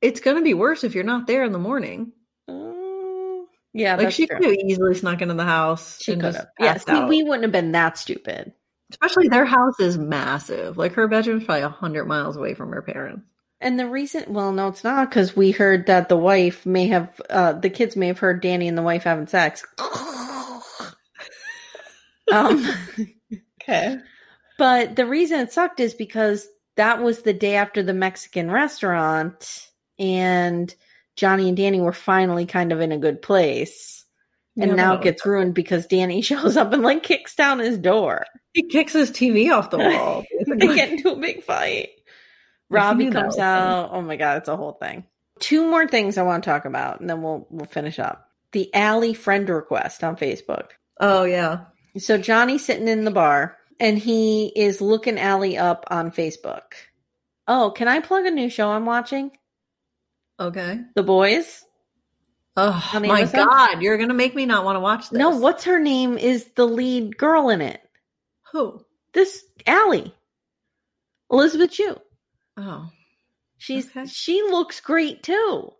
Speaker 3: It's gonna be worse if you're not there in the morning.
Speaker 2: Uh, yeah,
Speaker 3: like
Speaker 2: that's
Speaker 3: she
Speaker 2: true.
Speaker 3: could have easily snuck into the house
Speaker 2: She
Speaker 3: and
Speaker 2: could
Speaker 3: just
Speaker 2: have. Yeah,
Speaker 3: passed
Speaker 2: see,
Speaker 3: out.
Speaker 2: we wouldn't have been that stupid.
Speaker 3: Especially their house is massive. Like her bedroom's probably a hundred miles away from her parents.
Speaker 2: And the reason, well, no, it's not because we heard that the wife may have, uh, the kids may have heard Danny and the wife having sex. *laughs* um,
Speaker 3: Okay.
Speaker 2: but the reason it sucked is because that was the day after the Mexican restaurant, and Johnny and Danny were finally kind of in a good place. And now it gets ruined because Danny *laughs* shows up and like kicks down his door.
Speaker 3: he kicks his TV off
Speaker 2: *laughs*
Speaker 3: the wall.
Speaker 2: they get into a big fight. Robbie
Speaker 3: knew that
Speaker 2: comes
Speaker 3: was coming.
Speaker 2: out. Oh my god, it's a whole thing. Two more things I want to talk about, and then we'll we'll finish up. The Alley friend request on Facebook.
Speaker 3: oh yeah.
Speaker 2: So Johnny's sitting in the bar and he is looking Allie up on Facebook. Oh, can I plug a new show I'm watching?
Speaker 3: Okay.
Speaker 2: The Boys?
Speaker 3: Oh
Speaker 2: On
Speaker 3: my
Speaker 2: Amazon?
Speaker 3: god, you're gonna make me not want to watch this.
Speaker 2: No, what's her name is the lead girl in it.
Speaker 3: Who?
Speaker 2: This Allie. Elizabeth Chu.
Speaker 3: Oh.
Speaker 2: She's
Speaker 3: Okay.
Speaker 2: she looks great too.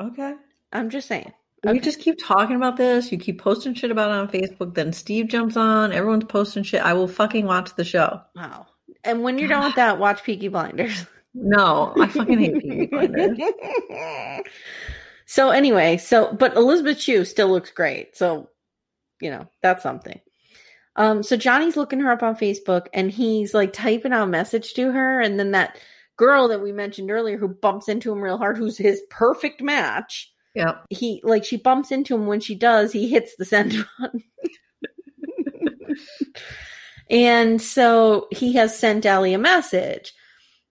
Speaker 3: Okay.
Speaker 2: I'm just saying.
Speaker 3: You just keep talking about this. You keep posting shit about it on Facebook. Then Steve jumps on. Everyone's posting shit. I will fucking watch the show.
Speaker 2: Wow. And when you're done with that, watch Peaky Blinders.
Speaker 3: No, I fucking hate
Speaker 2: *laughs*
Speaker 3: Peaky Blinders.
Speaker 2: so anyway, so but Elizabeth Chu still looks great. So, you know, that's something. Um, so Johnny's looking her up on Facebook and he's like typing out a message to her, and then that girl that we mentioned earlier who bumps into him real hard, who's his perfect match.
Speaker 3: Yeah.
Speaker 2: He like she bumps into him when she does, he hits the send button. and so he has sent Allie a message.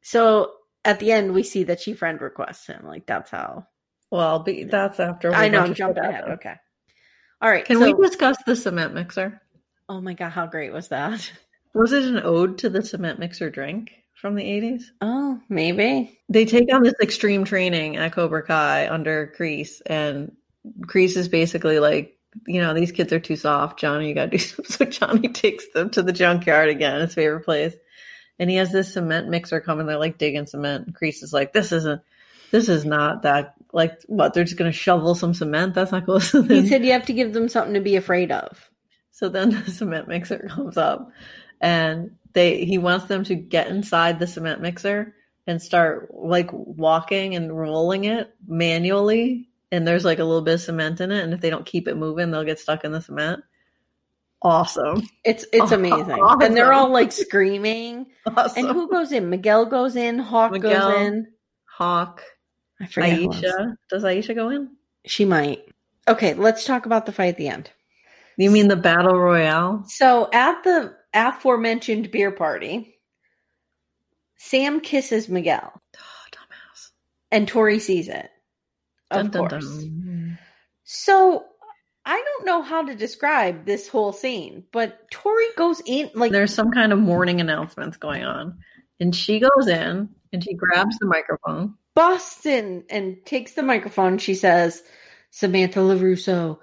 Speaker 2: So at the end we see that she friend requests him. Like that's how
Speaker 3: Well, be, that's after. a whole
Speaker 2: I know
Speaker 3: bunch
Speaker 2: I'm
Speaker 3: of
Speaker 2: jumping
Speaker 3: shit
Speaker 2: ahead.
Speaker 3: happened.
Speaker 2: Okay. All right.
Speaker 3: Can
Speaker 2: so,
Speaker 3: we discuss the cement mixer?
Speaker 2: oh my god, how great was
Speaker 3: *laughs*
Speaker 2: that?
Speaker 3: Was it an ode to the cement mixer drink from the 80s?
Speaker 2: Oh, maybe.
Speaker 3: They take on this extreme training at Cobra Kai under Crease, and Crease is basically like, you know, these kids are too soft. Johnny, you got to do *laughs* something. So Johnny takes them to the junkyard again, his favorite place. And he has this cement mixer coming. They're like digging cement. And Crease is like, this isn't, this is not that, like, what? They're just going to shovel some cement? That's not cool. *laughs* So then-
Speaker 2: He said you have to give them something to be afraid of.
Speaker 3: so then *laughs* the cement mixer comes up and they he wants them to get inside the cement mixer and start like walking and rolling it manually and there's like a little bit of cement in it and if they don't keep it moving they'll get stuck in the cement. Awesome. *laughs*
Speaker 2: It's it's
Speaker 3: Oh,
Speaker 2: amazing. And they're all
Speaker 3: awesome.
Speaker 2: like screaming.
Speaker 3: Awesome.
Speaker 2: And who goes in? Miguel goes in, Hawk
Speaker 3: Miguel.
Speaker 2: goes in.
Speaker 3: Hawk,
Speaker 2: I forget. who else.
Speaker 3: Aisha. Does Aisha go in?
Speaker 2: She might. Okay, let's talk about the fight at the end.
Speaker 3: You mean the battle royale?
Speaker 2: So at the aforementioned beer party, Sam kisses Miguel
Speaker 3: Oh, *gasps* dumbass.
Speaker 2: and Tori sees it. Of
Speaker 3: Dun, dun,
Speaker 2: course. Mm-hmm.
Speaker 3: dun.
Speaker 2: So I don't know how to describe this whole scene, but Tori goes in like
Speaker 3: There's some kind of morning announcements going on. And she goes in and she grabs the microphone.
Speaker 2: Boston and takes the microphone. She says, Samantha LaRusso,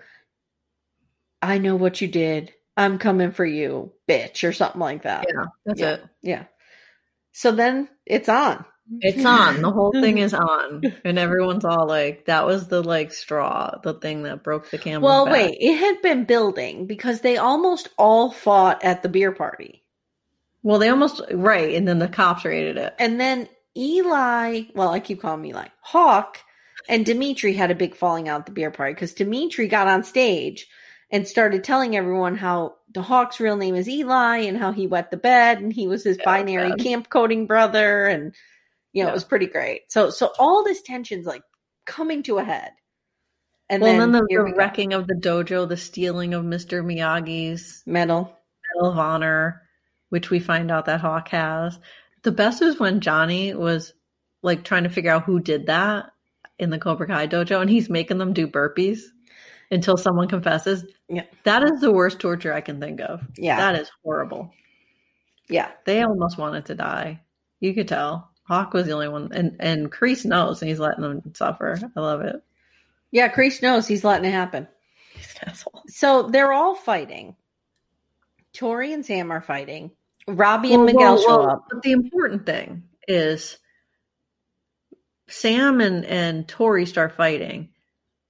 Speaker 2: I know what you did. I'm coming for you, bitch, or something like that.
Speaker 3: Yeah, that's
Speaker 2: Yeah.
Speaker 3: it.
Speaker 2: Yeah. So then it's on.
Speaker 3: It's on. The
Speaker 2: *laughs*
Speaker 3: whole thing is on, and everyone's all like, "That was the like straw, the thing that broke the camel."
Speaker 2: Well,
Speaker 3: back."
Speaker 2: wait, it had been building because they almost all fought at the beer party.
Speaker 3: Well, they almost right, and then the cops raided it.
Speaker 2: And then Eli, well, I keep calling him Eli, Hawk and Dimitri had a big falling out at the beer party because Dimitri got on stage and started telling everyone how the Hawk's real name is Eli and how he wet the bed and he was his
Speaker 3: Yeah,
Speaker 2: binary
Speaker 3: man.
Speaker 2: camp coding brother. And, you know,
Speaker 3: Yeah.
Speaker 2: it was pretty great. So, so all this tension's like coming to a head. And
Speaker 3: well,
Speaker 2: then,
Speaker 3: then, the,
Speaker 2: here
Speaker 3: the
Speaker 2: we go.
Speaker 3: wrecking of the dojo, the stealing of Mister Miyagi's
Speaker 2: medal.
Speaker 3: Medal of Honor, which we find out that Hawk has. The best was when Johnny was like trying to figure out who did that in the Cobra Kai dojo, and he's making them do burpees until someone confesses.
Speaker 2: Yeah.
Speaker 3: That is the worst torture I can think of.
Speaker 2: Yeah.
Speaker 3: That is horrible.
Speaker 2: yeah.
Speaker 3: they almost wanted to die. You could tell. Hawk was the only one, and and Crease knows, and he's letting them suffer. I love it.
Speaker 2: Yeah. Crease knows he's letting it happen.
Speaker 3: *laughs* He's an asshole.
Speaker 2: So they're all fighting. Tori and Sam are fighting. Robbie and
Speaker 3: Well,
Speaker 2: Miguel
Speaker 3: well,
Speaker 2: show
Speaker 3: well,
Speaker 2: up.
Speaker 3: But the important thing is, Sam and and Tori start fighting.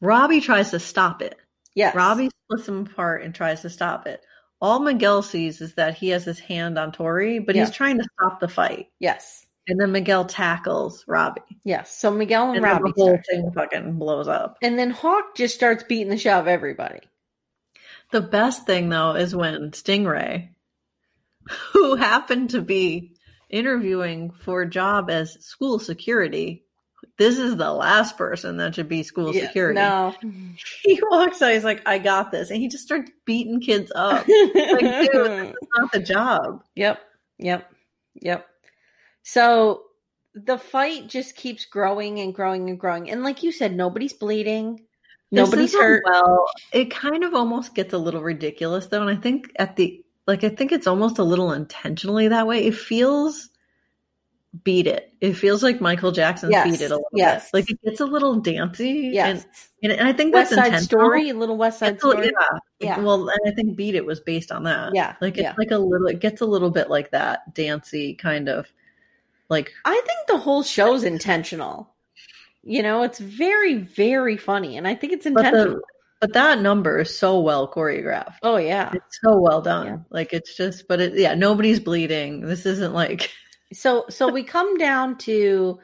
Speaker 3: Robbie tries to stop it.
Speaker 2: Yes.
Speaker 3: Robbie splits them apart and tries to stop it. All Miguel sees is that he has his hand on Tori, but he's
Speaker 2: Yeah.
Speaker 3: trying to stop the fight.
Speaker 2: Yes.
Speaker 3: And then Miguel tackles Robbie,
Speaker 2: Yes. So Miguel and,
Speaker 3: and then
Speaker 2: Oh, Robbie.
Speaker 3: the whole
Speaker 2: start.
Speaker 3: thing fucking blows up.
Speaker 2: And then Hawk just starts beating the shit out of everybody.
Speaker 3: The best thing though is when Stingray, who happened to be interviewing for a job as school security, this is the last person that should be school
Speaker 2: Yeah,
Speaker 3: security.
Speaker 2: No.
Speaker 3: *laughs* He walks out, he's like, I got this. And he just starts beating kids
Speaker 2: *laughs*
Speaker 3: up. Like, dude, this is not the job.
Speaker 2: yep. Yep. Yep. So the fight just keeps growing and growing and growing. And like you said, nobody's bleeding.
Speaker 3: This
Speaker 2: Nobody's
Speaker 3: isn't
Speaker 2: hurt.
Speaker 3: Well, it kind of almost gets a little ridiculous though. And I think at the like I think it's almost a little intentionally that way. It feels beat it. It feels like Michael Jackson's
Speaker 2: Yes,
Speaker 3: beat it a little
Speaker 2: yes.
Speaker 3: bit. Like it gets a little dancey.
Speaker 2: Yes.
Speaker 3: And, and I think
Speaker 2: West
Speaker 3: that's
Speaker 2: Side
Speaker 3: intentional.
Speaker 2: Story, little West Side
Speaker 3: It's a-
Speaker 2: Story.
Speaker 3: yeah.
Speaker 2: Yeah.
Speaker 3: Well, and I think Beat It was based on that.
Speaker 2: Yeah,
Speaker 3: Like it's
Speaker 2: yeah.
Speaker 3: like a little it gets a little bit like that dancey kind of like
Speaker 2: I think the whole show's intentional. You know, it's very, very funny, and I think it's
Speaker 3: but
Speaker 2: intentional.
Speaker 3: the but that number is so well choreographed.
Speaker 2: oh yeah.
Speaker 3: It's so well done.
Speaker 2: Yeah.
Speaker 3: Like it's just, but it, yeah, nobody's bleeding. This isn't like *laughs*
Speaker 2: So so we come down to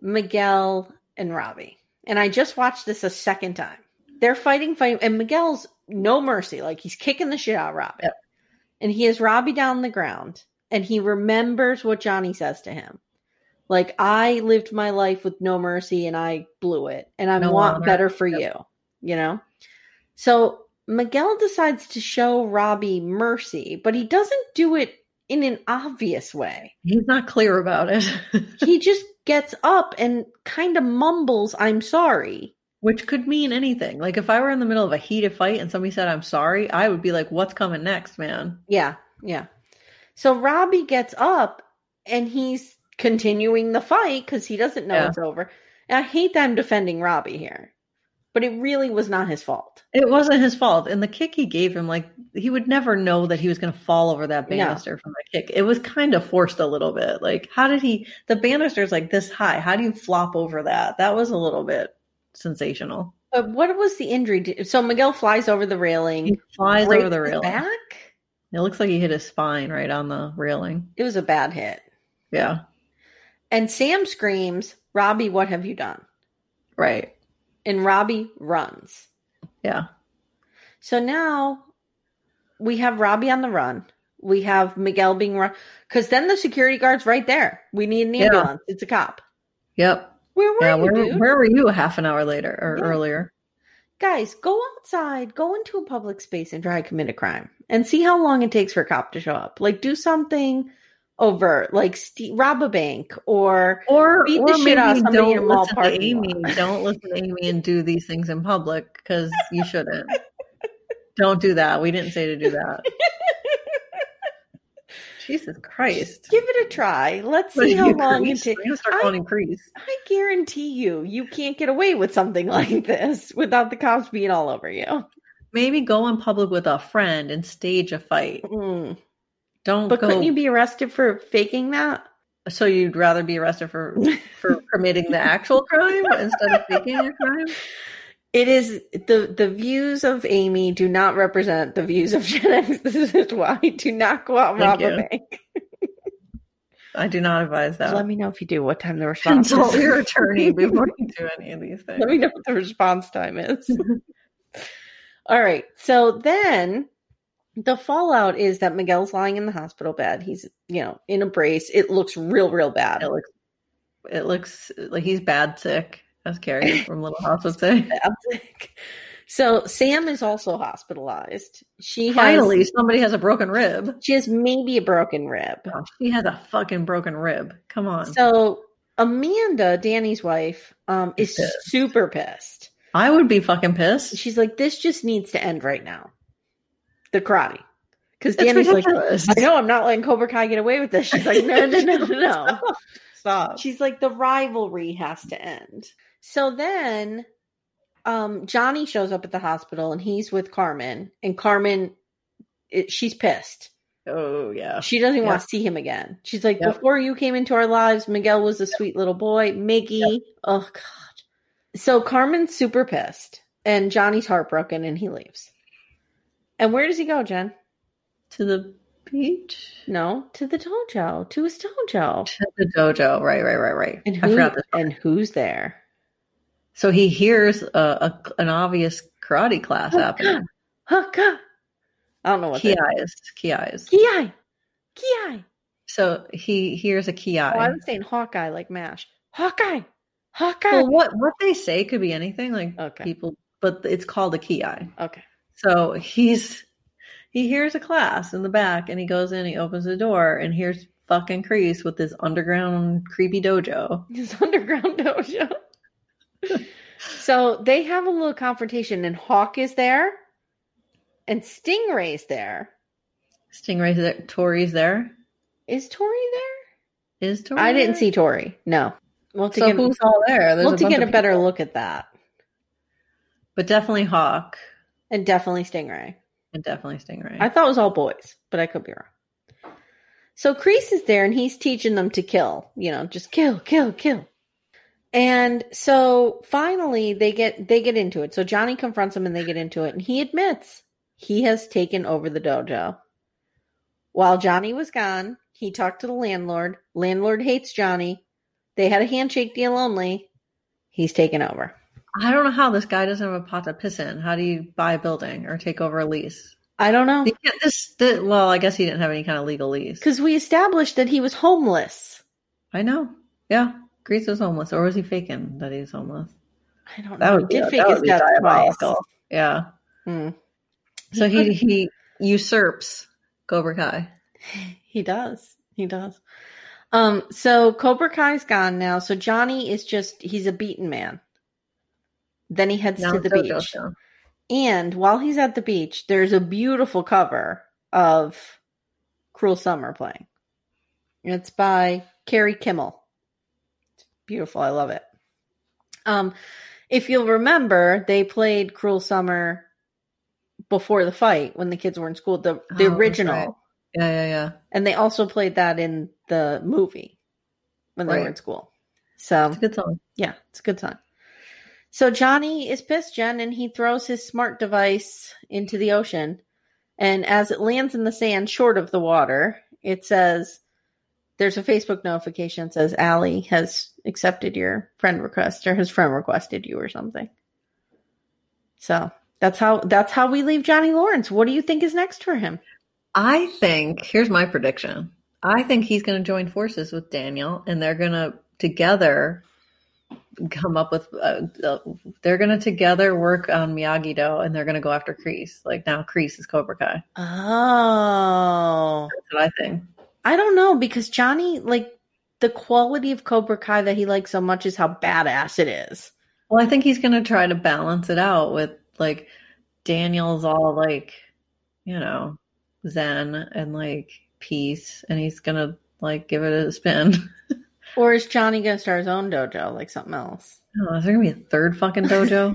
Speaker 2: Miguel and Robbie, and I just watched this a second time. They're fighting, fight, and Miguel's no mercy. Like he's kicking the shit out of Robbie,
Speaker 3: Yep.
Speaker 2: and he has Robbie down on the ground, and he remembers what Johnny says to him. Like I lived my life with no mercy, and I blew it, and I
Speaker 3: No
Speaker 2: want
Speaker 3: honor.
Speaker 2: better for
Speaker 3: Yep.
Speaker 2: you. You know. So Miguel decides to show Robbie mercy, but he doesn't do it in an obvious way.
Speaker 3: He's not clear about it, *laughs*
Speaker 2: he just gets up and kind of mumbles, I'm sorry.
Speaker 3: which could mean anything. Like if I were in the middle of a heated fight and somebody said, I'm sorry, I would be like, what's coming next, man?
Speaker 2: Yeah, yeah. So Robbie gets up and he's continuing the fight because he doesn't know
Speaker 3: Yeah.
Speaker 2: it's over. And I hate that I'm defending Robbie here, but it really was not his fault.
Speaker 3: It wasn't his fault. And the kick he gave him, like, he would never know that he was going to fall over that
Speaker 2: No.
Speaker 3: banister from that kick. It was kind of forced a little bit. Like, how did he, the banister's like this high. How do you flop over that? That was a little bit sensational.
Speaker 2: But what was the injury? to- So Miguel flies over the railing,
Speaker 3: He flies
Speaker 2: breaks
Speaker 3: over the
Speaker 2: his
Speaker 3: railing.
Speaker 2: Back?
Speaker 3: It looks like he hit his spine right on the railing.
Speaker 2: It was a bad hit.
Speaker 3: Yeah.
Speaker 2: And Sam screams, "Robbie, what have you done?"
Speaker 3: Right.
Speaker 2: And Robbie runs.
Speaker 3: Yeah.
Speaker 2: So now we have Robbie on the run. We have Miguel being run because then the security guard's right there. We need an
Speaker 3: Yeah.
Speaker 2: ambulance. It's a cop.
Speaker 3: Yep.
Speaker 2: Where were
Speaker 3: yeah.
Speaker 2: you,
Speaker 3: Where,
Speaker 2: dude?
Speaker 3: where were you a half an hour later or
Speaker 2: Yeah.
Speaker 3: earlier?
Speaker 2: Guys, go outside, go into a public space, and try to commit a crime, and see how long it takes for a cop to show up. Like, do something overt, like st- rob a bank or
Speaker 3: Or,
Speaker 2: Beat
Speaker 3: or
Speaker 2: the shit
Speaker 3: maybe
Speaker 2: out of somebody in a
Speaker 3: don't
Speaker 2: mall
Speaker 3: listen to
Speaker 2: parking
Speaker 3: Amy.
Speaker 2: lot.
Speaker 3: Don't listen to Amy and do these things in public because you
Speaker 2: *laughs*
Speaker 3: shouldn't. don't do that. We didn't say to do that. Jesus Christ.
Speaker 2: give it a try. Let's
Speaker 3: *laughs*
Speaker 2: see how long it takes.
Speaker 3: I'm gonna start
Speaker 2: I-
Speaker 3: calling him Crease.
Speaker 2: I guarantee you, you can't get away with something *laughs* like this without the cops being all over you.
Speaker 3: Maybe go in public with a friend and stage a fight.
Speaker 2: Mm.
Speaker 3: Don't
Speaker 2: But
Speaker 3: go.
Speaker 2: couldn't you be arrested for faking that?
Speaker 3: so you'd rather be arrested for
Speaker 2: *laughs*
Speaker 3: for committing the actual crime instead of faking a crime?
Speaker 2: It is the the views of Amy do not represent the views of *laughs* Gen X. This is why do not go out and rob
Speaker 3: Thank
Speaker 2: a
Speaker 3: you.
Speaker 2: bank.
Speaker 3: I do not advise that.
Speaker 2: *laughs* Let me know if you do. What time the response? *laughs*
Speaker 3: consult
Speaker 2: is.
Speaker 3: your attorney before you do any of these things.
Speaker 2: Let me know what the response time *laughs* is. All right. So then the fallout is that Miguel's lying in the hospital bed. He's you know in a brace. It looks real, real bad.
Speaker 3: It looks, it looks like he's bad sick, as
Speaker 2: *laughs*
Speaker 3: Carrie from Little House would say.
Speaker 2: Fantastic. So Sam is also hospitalized. She has,
Speaker 3: Finally, somebody has a broken rib.
Speaker 2: she has maybe a broken rib.
Speaker 3: Oh, She has a fucking broken rib. Come on.
Speaker 2: So Amanda, Danny's wife, um, is
Speaker 3: Pissed.
Speaker 2: super pissed.
Speaker 3: I would be fucking pissed.
Speaker 2: She's like, "This just needs to end right now." The karate, because
Speaker 3: it's
Speaker 2: Danny's like,
Speaker 3: ridiculous.
Speaker 2: "I know I'm not letting Cobra Kai get away with this." She's like, "No, no, no, no, no."
Speaker 3: *laughs* Stop.
Speaker 2: She's like, "The rivalry has to end." So then, um, Johnny shows up at the hospital and he's with Carmen, and Carmen, it, she's pissed.
Speaker 3: oh yeah.
Speaker 2: She doesn't
Speaker 3: Yeah.
Speaker 2: want to see him again. She's like,
Speaker 3: Yep.
Speaker 2: before you came into our lives, Miguel was a sweet little boy. Miggy, oh god. So Carmen's super pissed, and Johnny's heartbroken, and he leaves. And where does he go, Jen?
Speaker 3: To the beach.
Speaker 2: No, to the dojo, to his dojo.
Speaker 3: To the dojo. Right, right, right, right.
Speaker 2: And
Speaker 3: I
Speaker 2: who?
Speaker 3: forgot this.
Speaker 2: And who's there?
Speaker 3: So he hears a, a an obvious karate
Speaker 2: Oh,
Speaker 3: class happening.
Speaker 2: Hucka. I don't know what.
Speaker 3: Key
Speaker 2: Ki
Speaker 3: eyes. Key eyes.
Speaker 2: Ki Ki.
Speaker 3: So he hears a key
Speaker 2: Oh, I
Speaker 3: eye.
Speaker 2: was saying Hawkeye like Mash. Hawkeye. Hawkeye. *laughs*
Speaker 3: Well, what what they say could be anything, like
Speaker 2: Okay.
Speaker 3: people, but it's called a key eye.
Speaker 2: okay. *laughs*
Speaker 3: So he's he hears a class in the back, and he goes in, he opens the door, and here's fucking Crease with his underground creepy dojo.
Speaker 2: his underground dojo. so they have a little confrontation, and Hawk is there, and Stingray's there.
Speaker 3: Stingray's there. Tori's there.
Speaker 2: Is Tori there?
Speaker 3: Is Tori?
Speaker 2: I didn't
Speaker 3: there?
Speaker 2: see Tori. No. We'll have to
Speaker 3: So
Speaker 2: get,
Speaker 3: who's all there? There's
Speaker 2: we'll have to
Speaker 3: bunch
Speaker 2: get a
Speaker 3: of
Speaker 2: better
Speaker 3: people.
Speaker 2: look at that,
Speaker 3: but definitely Hawk
Speaker 2: and definitely Stingray.
Speaker 3: and definitely Stingray.
Speaker 2: I thought it was all boys, but I could be wrong. So Crease is there and he's teaching them to kill, you know, just kill, kill, kill. And so finally they get they get into it. So Johnny confronts him and they get into it and he admits he has taken over the dojo. While Johnny was gone, he talked to the landlord. Landlord hates Johnny. They had a handshake deal only. He's taken over.
Speaker 3: I don't know how this guy doesn't have a pot to piss in. How do you buy a building or take over a lease?
Speaker 2: I don't know.
Speaker 3: He can't- this, the- well, I guess he didn't have any kind of legal lease.
Speaker 2: Because we established that he was homeless.
Speaker 3: I know. Yeah. Greece was homeless, or was he faking that he's homeless?
Speaker 2: I don't
Speaker 3: That
Speaker 2: know.
Speaker 3: would
Speaker 2: He
Speaker 3: be,
Speaker 2: did
Speaker 3: that
Speaker 2: fake
Speaker 3: would
Speaker 2: his
Speaker 3: be
Speaker 2: death twice.
Speaker 3: diabolical. Yeah.
Speaker 2: Hmm.
Speaker 3: So
Speaker 2: He
Speaker 3: he he usurps Cobra Kai.
Speaker 2: He does. He does. Um, so Cobra Kai's gone now. So Johnny is just he's a beaten man. Then he heads
Speaker 3: Now
Speaker 2: to the
Speaker 3: JoJo
Speaker 2: beach.
Speaker 3: show.
Speaker 2: And while he's at the beach, there's a beautiful cover of Cruel Summer playing. It's by Carrie Kimmel. It's beautiful. I love it. Um, if you'll remember, they played Cruel Summer before the fight when the kids were in school, the, the
Speaker 3: Oh, that's
Speaker 2: original.
Speaker 3: right. Yeah, yeah, yeah.
Speaker 2: And they also played that in the movie when they were
Speaker 3: Right.
Speaker 2: in school. So
Speaker 3: It's a good song.
Speaker 2: yeah, it's a good sign. So Johnny is pissed, Jen, and he throws his smart device into the ocean. And as it lands in the sand short of the water, it says there's a Facebook notification that says Allie has accepted your friend request or his friend requested you or something. So that's how that's how we leave Johnny Lawrence. What do you think is next for him?
Speaker 3: I think here's my prediction. I think he's going to join forces with Daniel, and they're going to together come up with. Uh, uh, they're going to together work on Miyagi Do, and they're going to go after Kreese. Like now, Kreese is Cobra Kai.
Speaker 2: Oh.
Speaker 3: That's what I think.
Speaker 2: I don't know because Johnny, like, the quality of Cobra Kai that he likes so much is how badass it is.
Speaker 3: Well, I think he's going to try to balance it out with like Daniel's all like, you know, zen and like peace, and he's going to like give it a spin. *laughs*
Speaker 2: Or is Johnny going to start his own dojo, like something else?
Speaker 3: Oh, is there going to be a third
Speaker 2: *laughs*
Speaker 3: fucking dojo?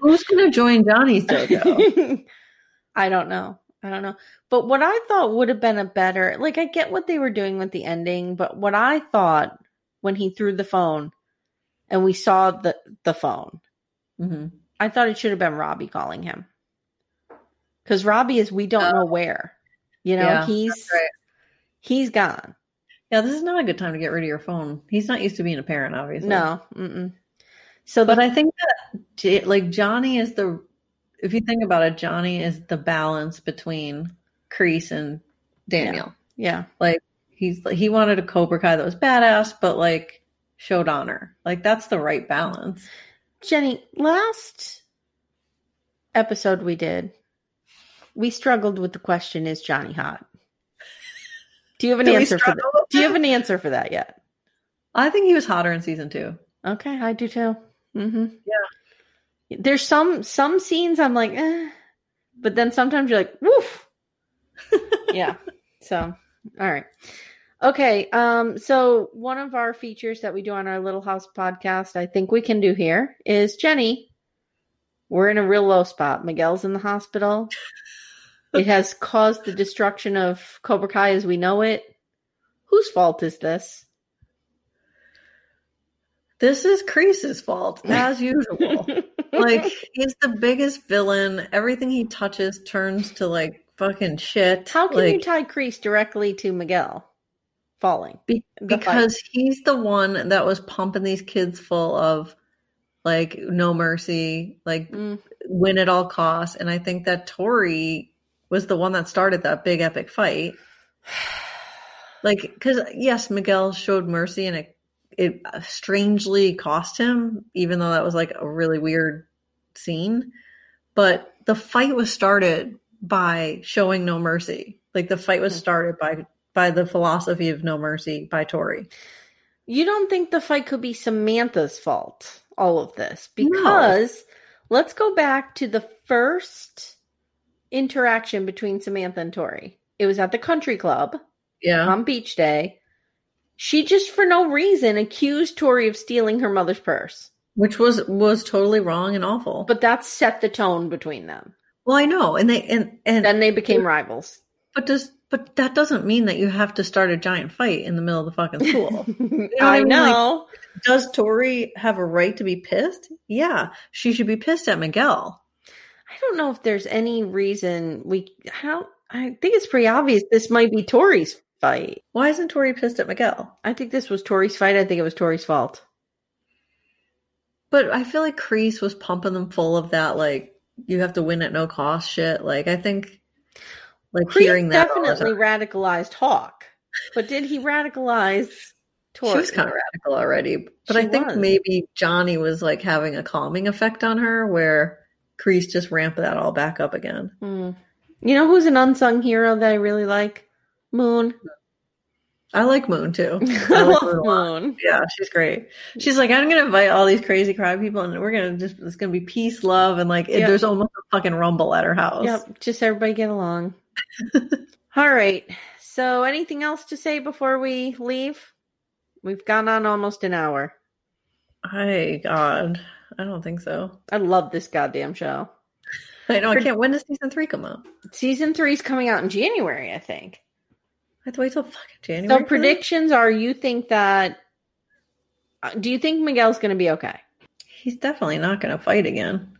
Speaker 3: Who's going to join Johnny's dojo?
Speaker 2: *laughs* I don't know. I don't know. But what I thought would have been a better, like, I get what they were doing with the ending, but what I thought when he threw the phone and we saw the, the phone,
Speaker 3: hmm
Speaker 2: I thought it should have been Robbie calling him. Because Robbie is, we don't know where. You know,
Speaker 3: Oh. Yeah,
Speaker 2: he's
Speaker 3: right.
Speaker 2: he's gone.
Speaker 3: Yeah, this is not a good time to get rid of your phone. He's not used to being a parent, obviously.
Speaker 2: No. Mm-mm. So
Speaker 3: But
Speaker 2: the,
Speaker 3: I think that, J- like, Johnny is the, if you think about it, Johnny is the balance between Crease and Daniel.
Speaker 2: yeah,
Speaker 3: he's he wanted a Cobra Kai that was badass, but like showed honor. Like that's the right balance.
Speaker 2: Jenny, last episode we did, we struggled with the question: Is Johnny hot? Do you have an
Speaker 3: Did we
Speaker 2: answer for
Speaker 3: struggle
Speaker 2: that?
Speaker 3: with
Speaker 2: Do you have
Speaker 3: that?
Speaker 2: an answer for that yet?
Speaker 3: I think he was hotter in season two.
Speaker 2: Okay, I do too. Mm-hmm. Yeah. There's some some scenes I'm like, eh, but then sometimes you're like, woof. yeah. So, all right. Okay. Um. So one of our features that we do on our Little House podcast, I think we can do here is Jenny. We're in a real low spot. Miguel's in the hospital. It has caused the destruction of Cobra Kai as we know it. Whose fault is this?
Speaker 3: This is Crease's fault, as
Speaker 2: *laughs*
Speaker 3: usual. like he's the biggest villain. Everything he touches turns to like fucking shit.
Speaker 2: How can you
Speaker 3: Like,
Speaker 2: tie Crease directly to Miguel falling?
Speaker 3: Be-
Speaker 2: the fight?
Speaker 3: because he's the one that was pumping these kids full of like no mercy, like
Speaker 2: Mm,
Speaker 3: win at all costs. And I think that Tori was the one that started that big epic fight. *sighs* Like, because yes, Miguel showed mercy, and it it strangely cost him, even though that was like a really weird scene. But the fight was started by showing no mercy. Like the fight was
Speaker 2: Mhm.
Speaker 3: started by by the philosophy of no mercy by Tori.
Speaker 2: you don't think the fight could be Samantha's fault, all of this, because let's go back to the first interaction between Samantha and Tori. It was at the country club
Speaker 3: Yeah,
Speaker 2: on beach day. She just, for no reason, accused Tori of stealing her mother's purse.
Speaker 3: which was was totally wrong and awful.
Speaker 2: But that set the tone between them.
Speaker 3: well, I know, and they and and
Speaker 2: Then they became rivals. *laughs*
Speaker 3: But does but that doesn't mean that you have to start a giant fight in the middle of the fucking
Speaker 2: *laughs*
Speaker 3: school. what I
Speaker 2: I
Speaker 3: mean?
Speaker 2: know.
Speaker 3: does Tori have a right to be pissed? Yeah, she should be pissed at Miguel.
Speaker 2: I don't know if there's any reason we how I think it's pretty obvious this might be Tori's fight.
Speaker 3: Why isn't Tori pissed at Miguel?
Speaker 2: I think this was Tori's fight. I think it was Tori's fault.
Speaker 3: But I feel like Crease was pumping them full of that like you have to win at no cost shit. Like I think like
Speaker 2: Creed
Speaker 3: hearing that all the
Speaker 2: definitely
Speaker 3: time-
Speaker 2: radicalized Hawk, but did he radicalize Tori?
Speaker 3: she was kind of radical already. But
Speaker 2: She
Speaker 3: I think
Speaker 2: was.
Speaker 3: maybe Johnny was like having a calming effect on her where Crease just ramped that all back up again.
Speaker 2: Hmm. You know who's an unsung hero that I really like?
Speaker 3: *laughs*
Speaker 2: Moon.
Speaker 3: I like Moon too.
Speaker 2: I
Speaker 3: I
Speaker 2: love
Speaker 3: like Moon a lot.
Speaker 2: Moon.
Speaker 3: Yeah, she's great. She's like, I'm gonna invite all these crazy crowd people, and we're gonna just it's gonna be peace, love, and like it,
Speaker 2: Yep.
Speaker 3: there's almost a fucking rumble at her house.
Speaker 2: Yep. Just everybody get
Speaker 3: *laughs*
Speaker 2: along. All right. So, anything else to say before we leave? We've gone on almost an hour.
Speaker 3: My God, I don't think so.
Speaker 2: I love this goddamn show.
Speaker 3: I know I can't. When does season three come out?
Speaker 2: Season three is coming out in January, I think.
Speaker 3: I have to wait till fucking January.
Speaker 2: So
Speaker 3: for that?
Speaker 2: predictions are you think that uh, do you think Miguel's going to be okay?
Speaker 3: He's definitely not gonna fight again.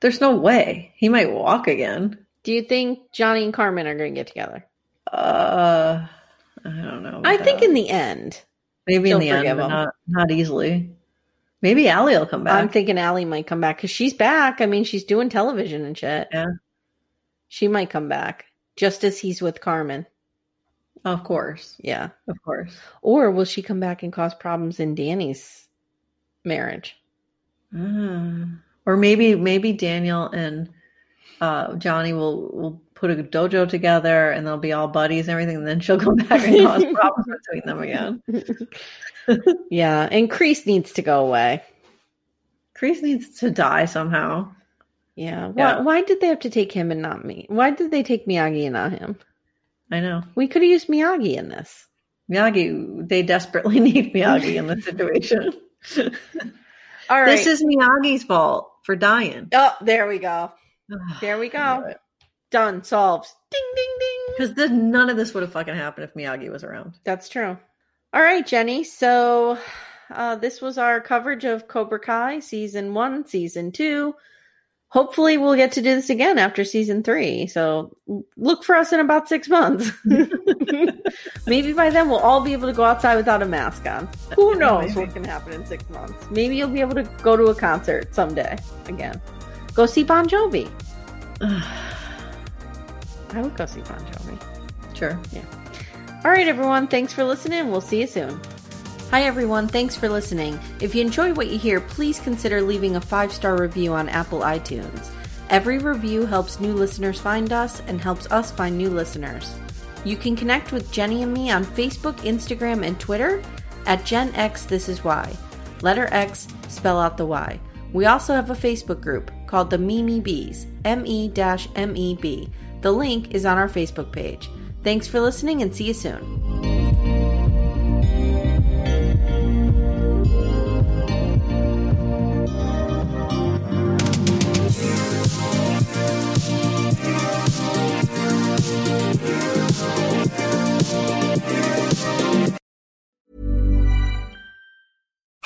Speaker 3: There's no way he might walk again.
Speaker 2: Do you think Johnny and Carmen are going to get together?
Speaker 3: Uh, I don't know.
Speaker 2: I think in the end.
Speaker 3: maybe in
Speaker 2: she'll
Speaker 3: the end,
Speaker 2: forgive
Speaker 3: but
Speaker 2: him.
Speaker 3: not not easily. Maybe Allie will come back.
Speaker 2: I'm thinking Allie might come back cuz she's back. I mean, she's doing television and shit.
Speaker 3: Yeah.
Speaker 2: She might come back just as he's with Carmen.
Speaker 3: of course,
Speaker 2: Yeah.
Speaker 3: of course.
Speaker 2: Or will she come back and cause problems in Danny's marriage?
Speaker 3: Mm. Or maybe maybe Daniel and uh, Johnny will will put a dojo together and they'll be all buddies and everything. And then she'll come *laughs* back and cause problems between them again.
Speaker 2: Yeah, and Crease needs to go away.
Speaker 3: Kreese needs to die somehow.
Speaker 2: Yeah. Why,
Speaker 3: Yeah.
Speaker 2: why did they have to take him and not me? Why did they take Miyagi and not him?
Speaker 3: I know
Speaker 2: We could have used Miyagi in this.
Speaker 3: Miyagi. They desperately *laughs* need Miyagi in this situation.
Speaker 2: All right.
Speaker 3: This is Miyagi's fault for dying.
Speaker 2: oh, there we go.
Speaker 3: *sighs* Ugh,
Speaker 2: There we
Speaker 3: I
Speaker 2: go.
Speaker 3: knew it.
Speaker 2: Done. Solved. Ding ding ding.
Speaker 3: Because this- none of this would have fucking happened if Miyagi was around.
Speaker 2: That's true. All right, Jenny. So uh, this was our coverage of Cobra Kai season one, season two. Hopefully, we'll get to do this again after season three. So look for us in about six months. *laughs* Maybe by then we'll all be able to go outside without a mask on. Who knows what can happen in six months? Maybe you'll be able to go to a concert someday again. Go see Bon Jovi. I would go see Bon Jovi.
Speaker 3: Sure.
Speaker 2: All right, everyone. Thanks for listening. We'll see you soon. Hi, everyone. Thanks for listening. If you enjoy what you hear, please consider leaving a five star review on Apple iTunes. Every review helps new listeners find us and helps us find new listeners. You can connect with Jenny and me on Facebook, Instagram, and Twitter at Gen X This Is Why. Letter X, spell out the Y. We also have a Facebook group called the Mimi Bees, M E M E B. The link is on our Facebook page. Thanks for listening and see you soon.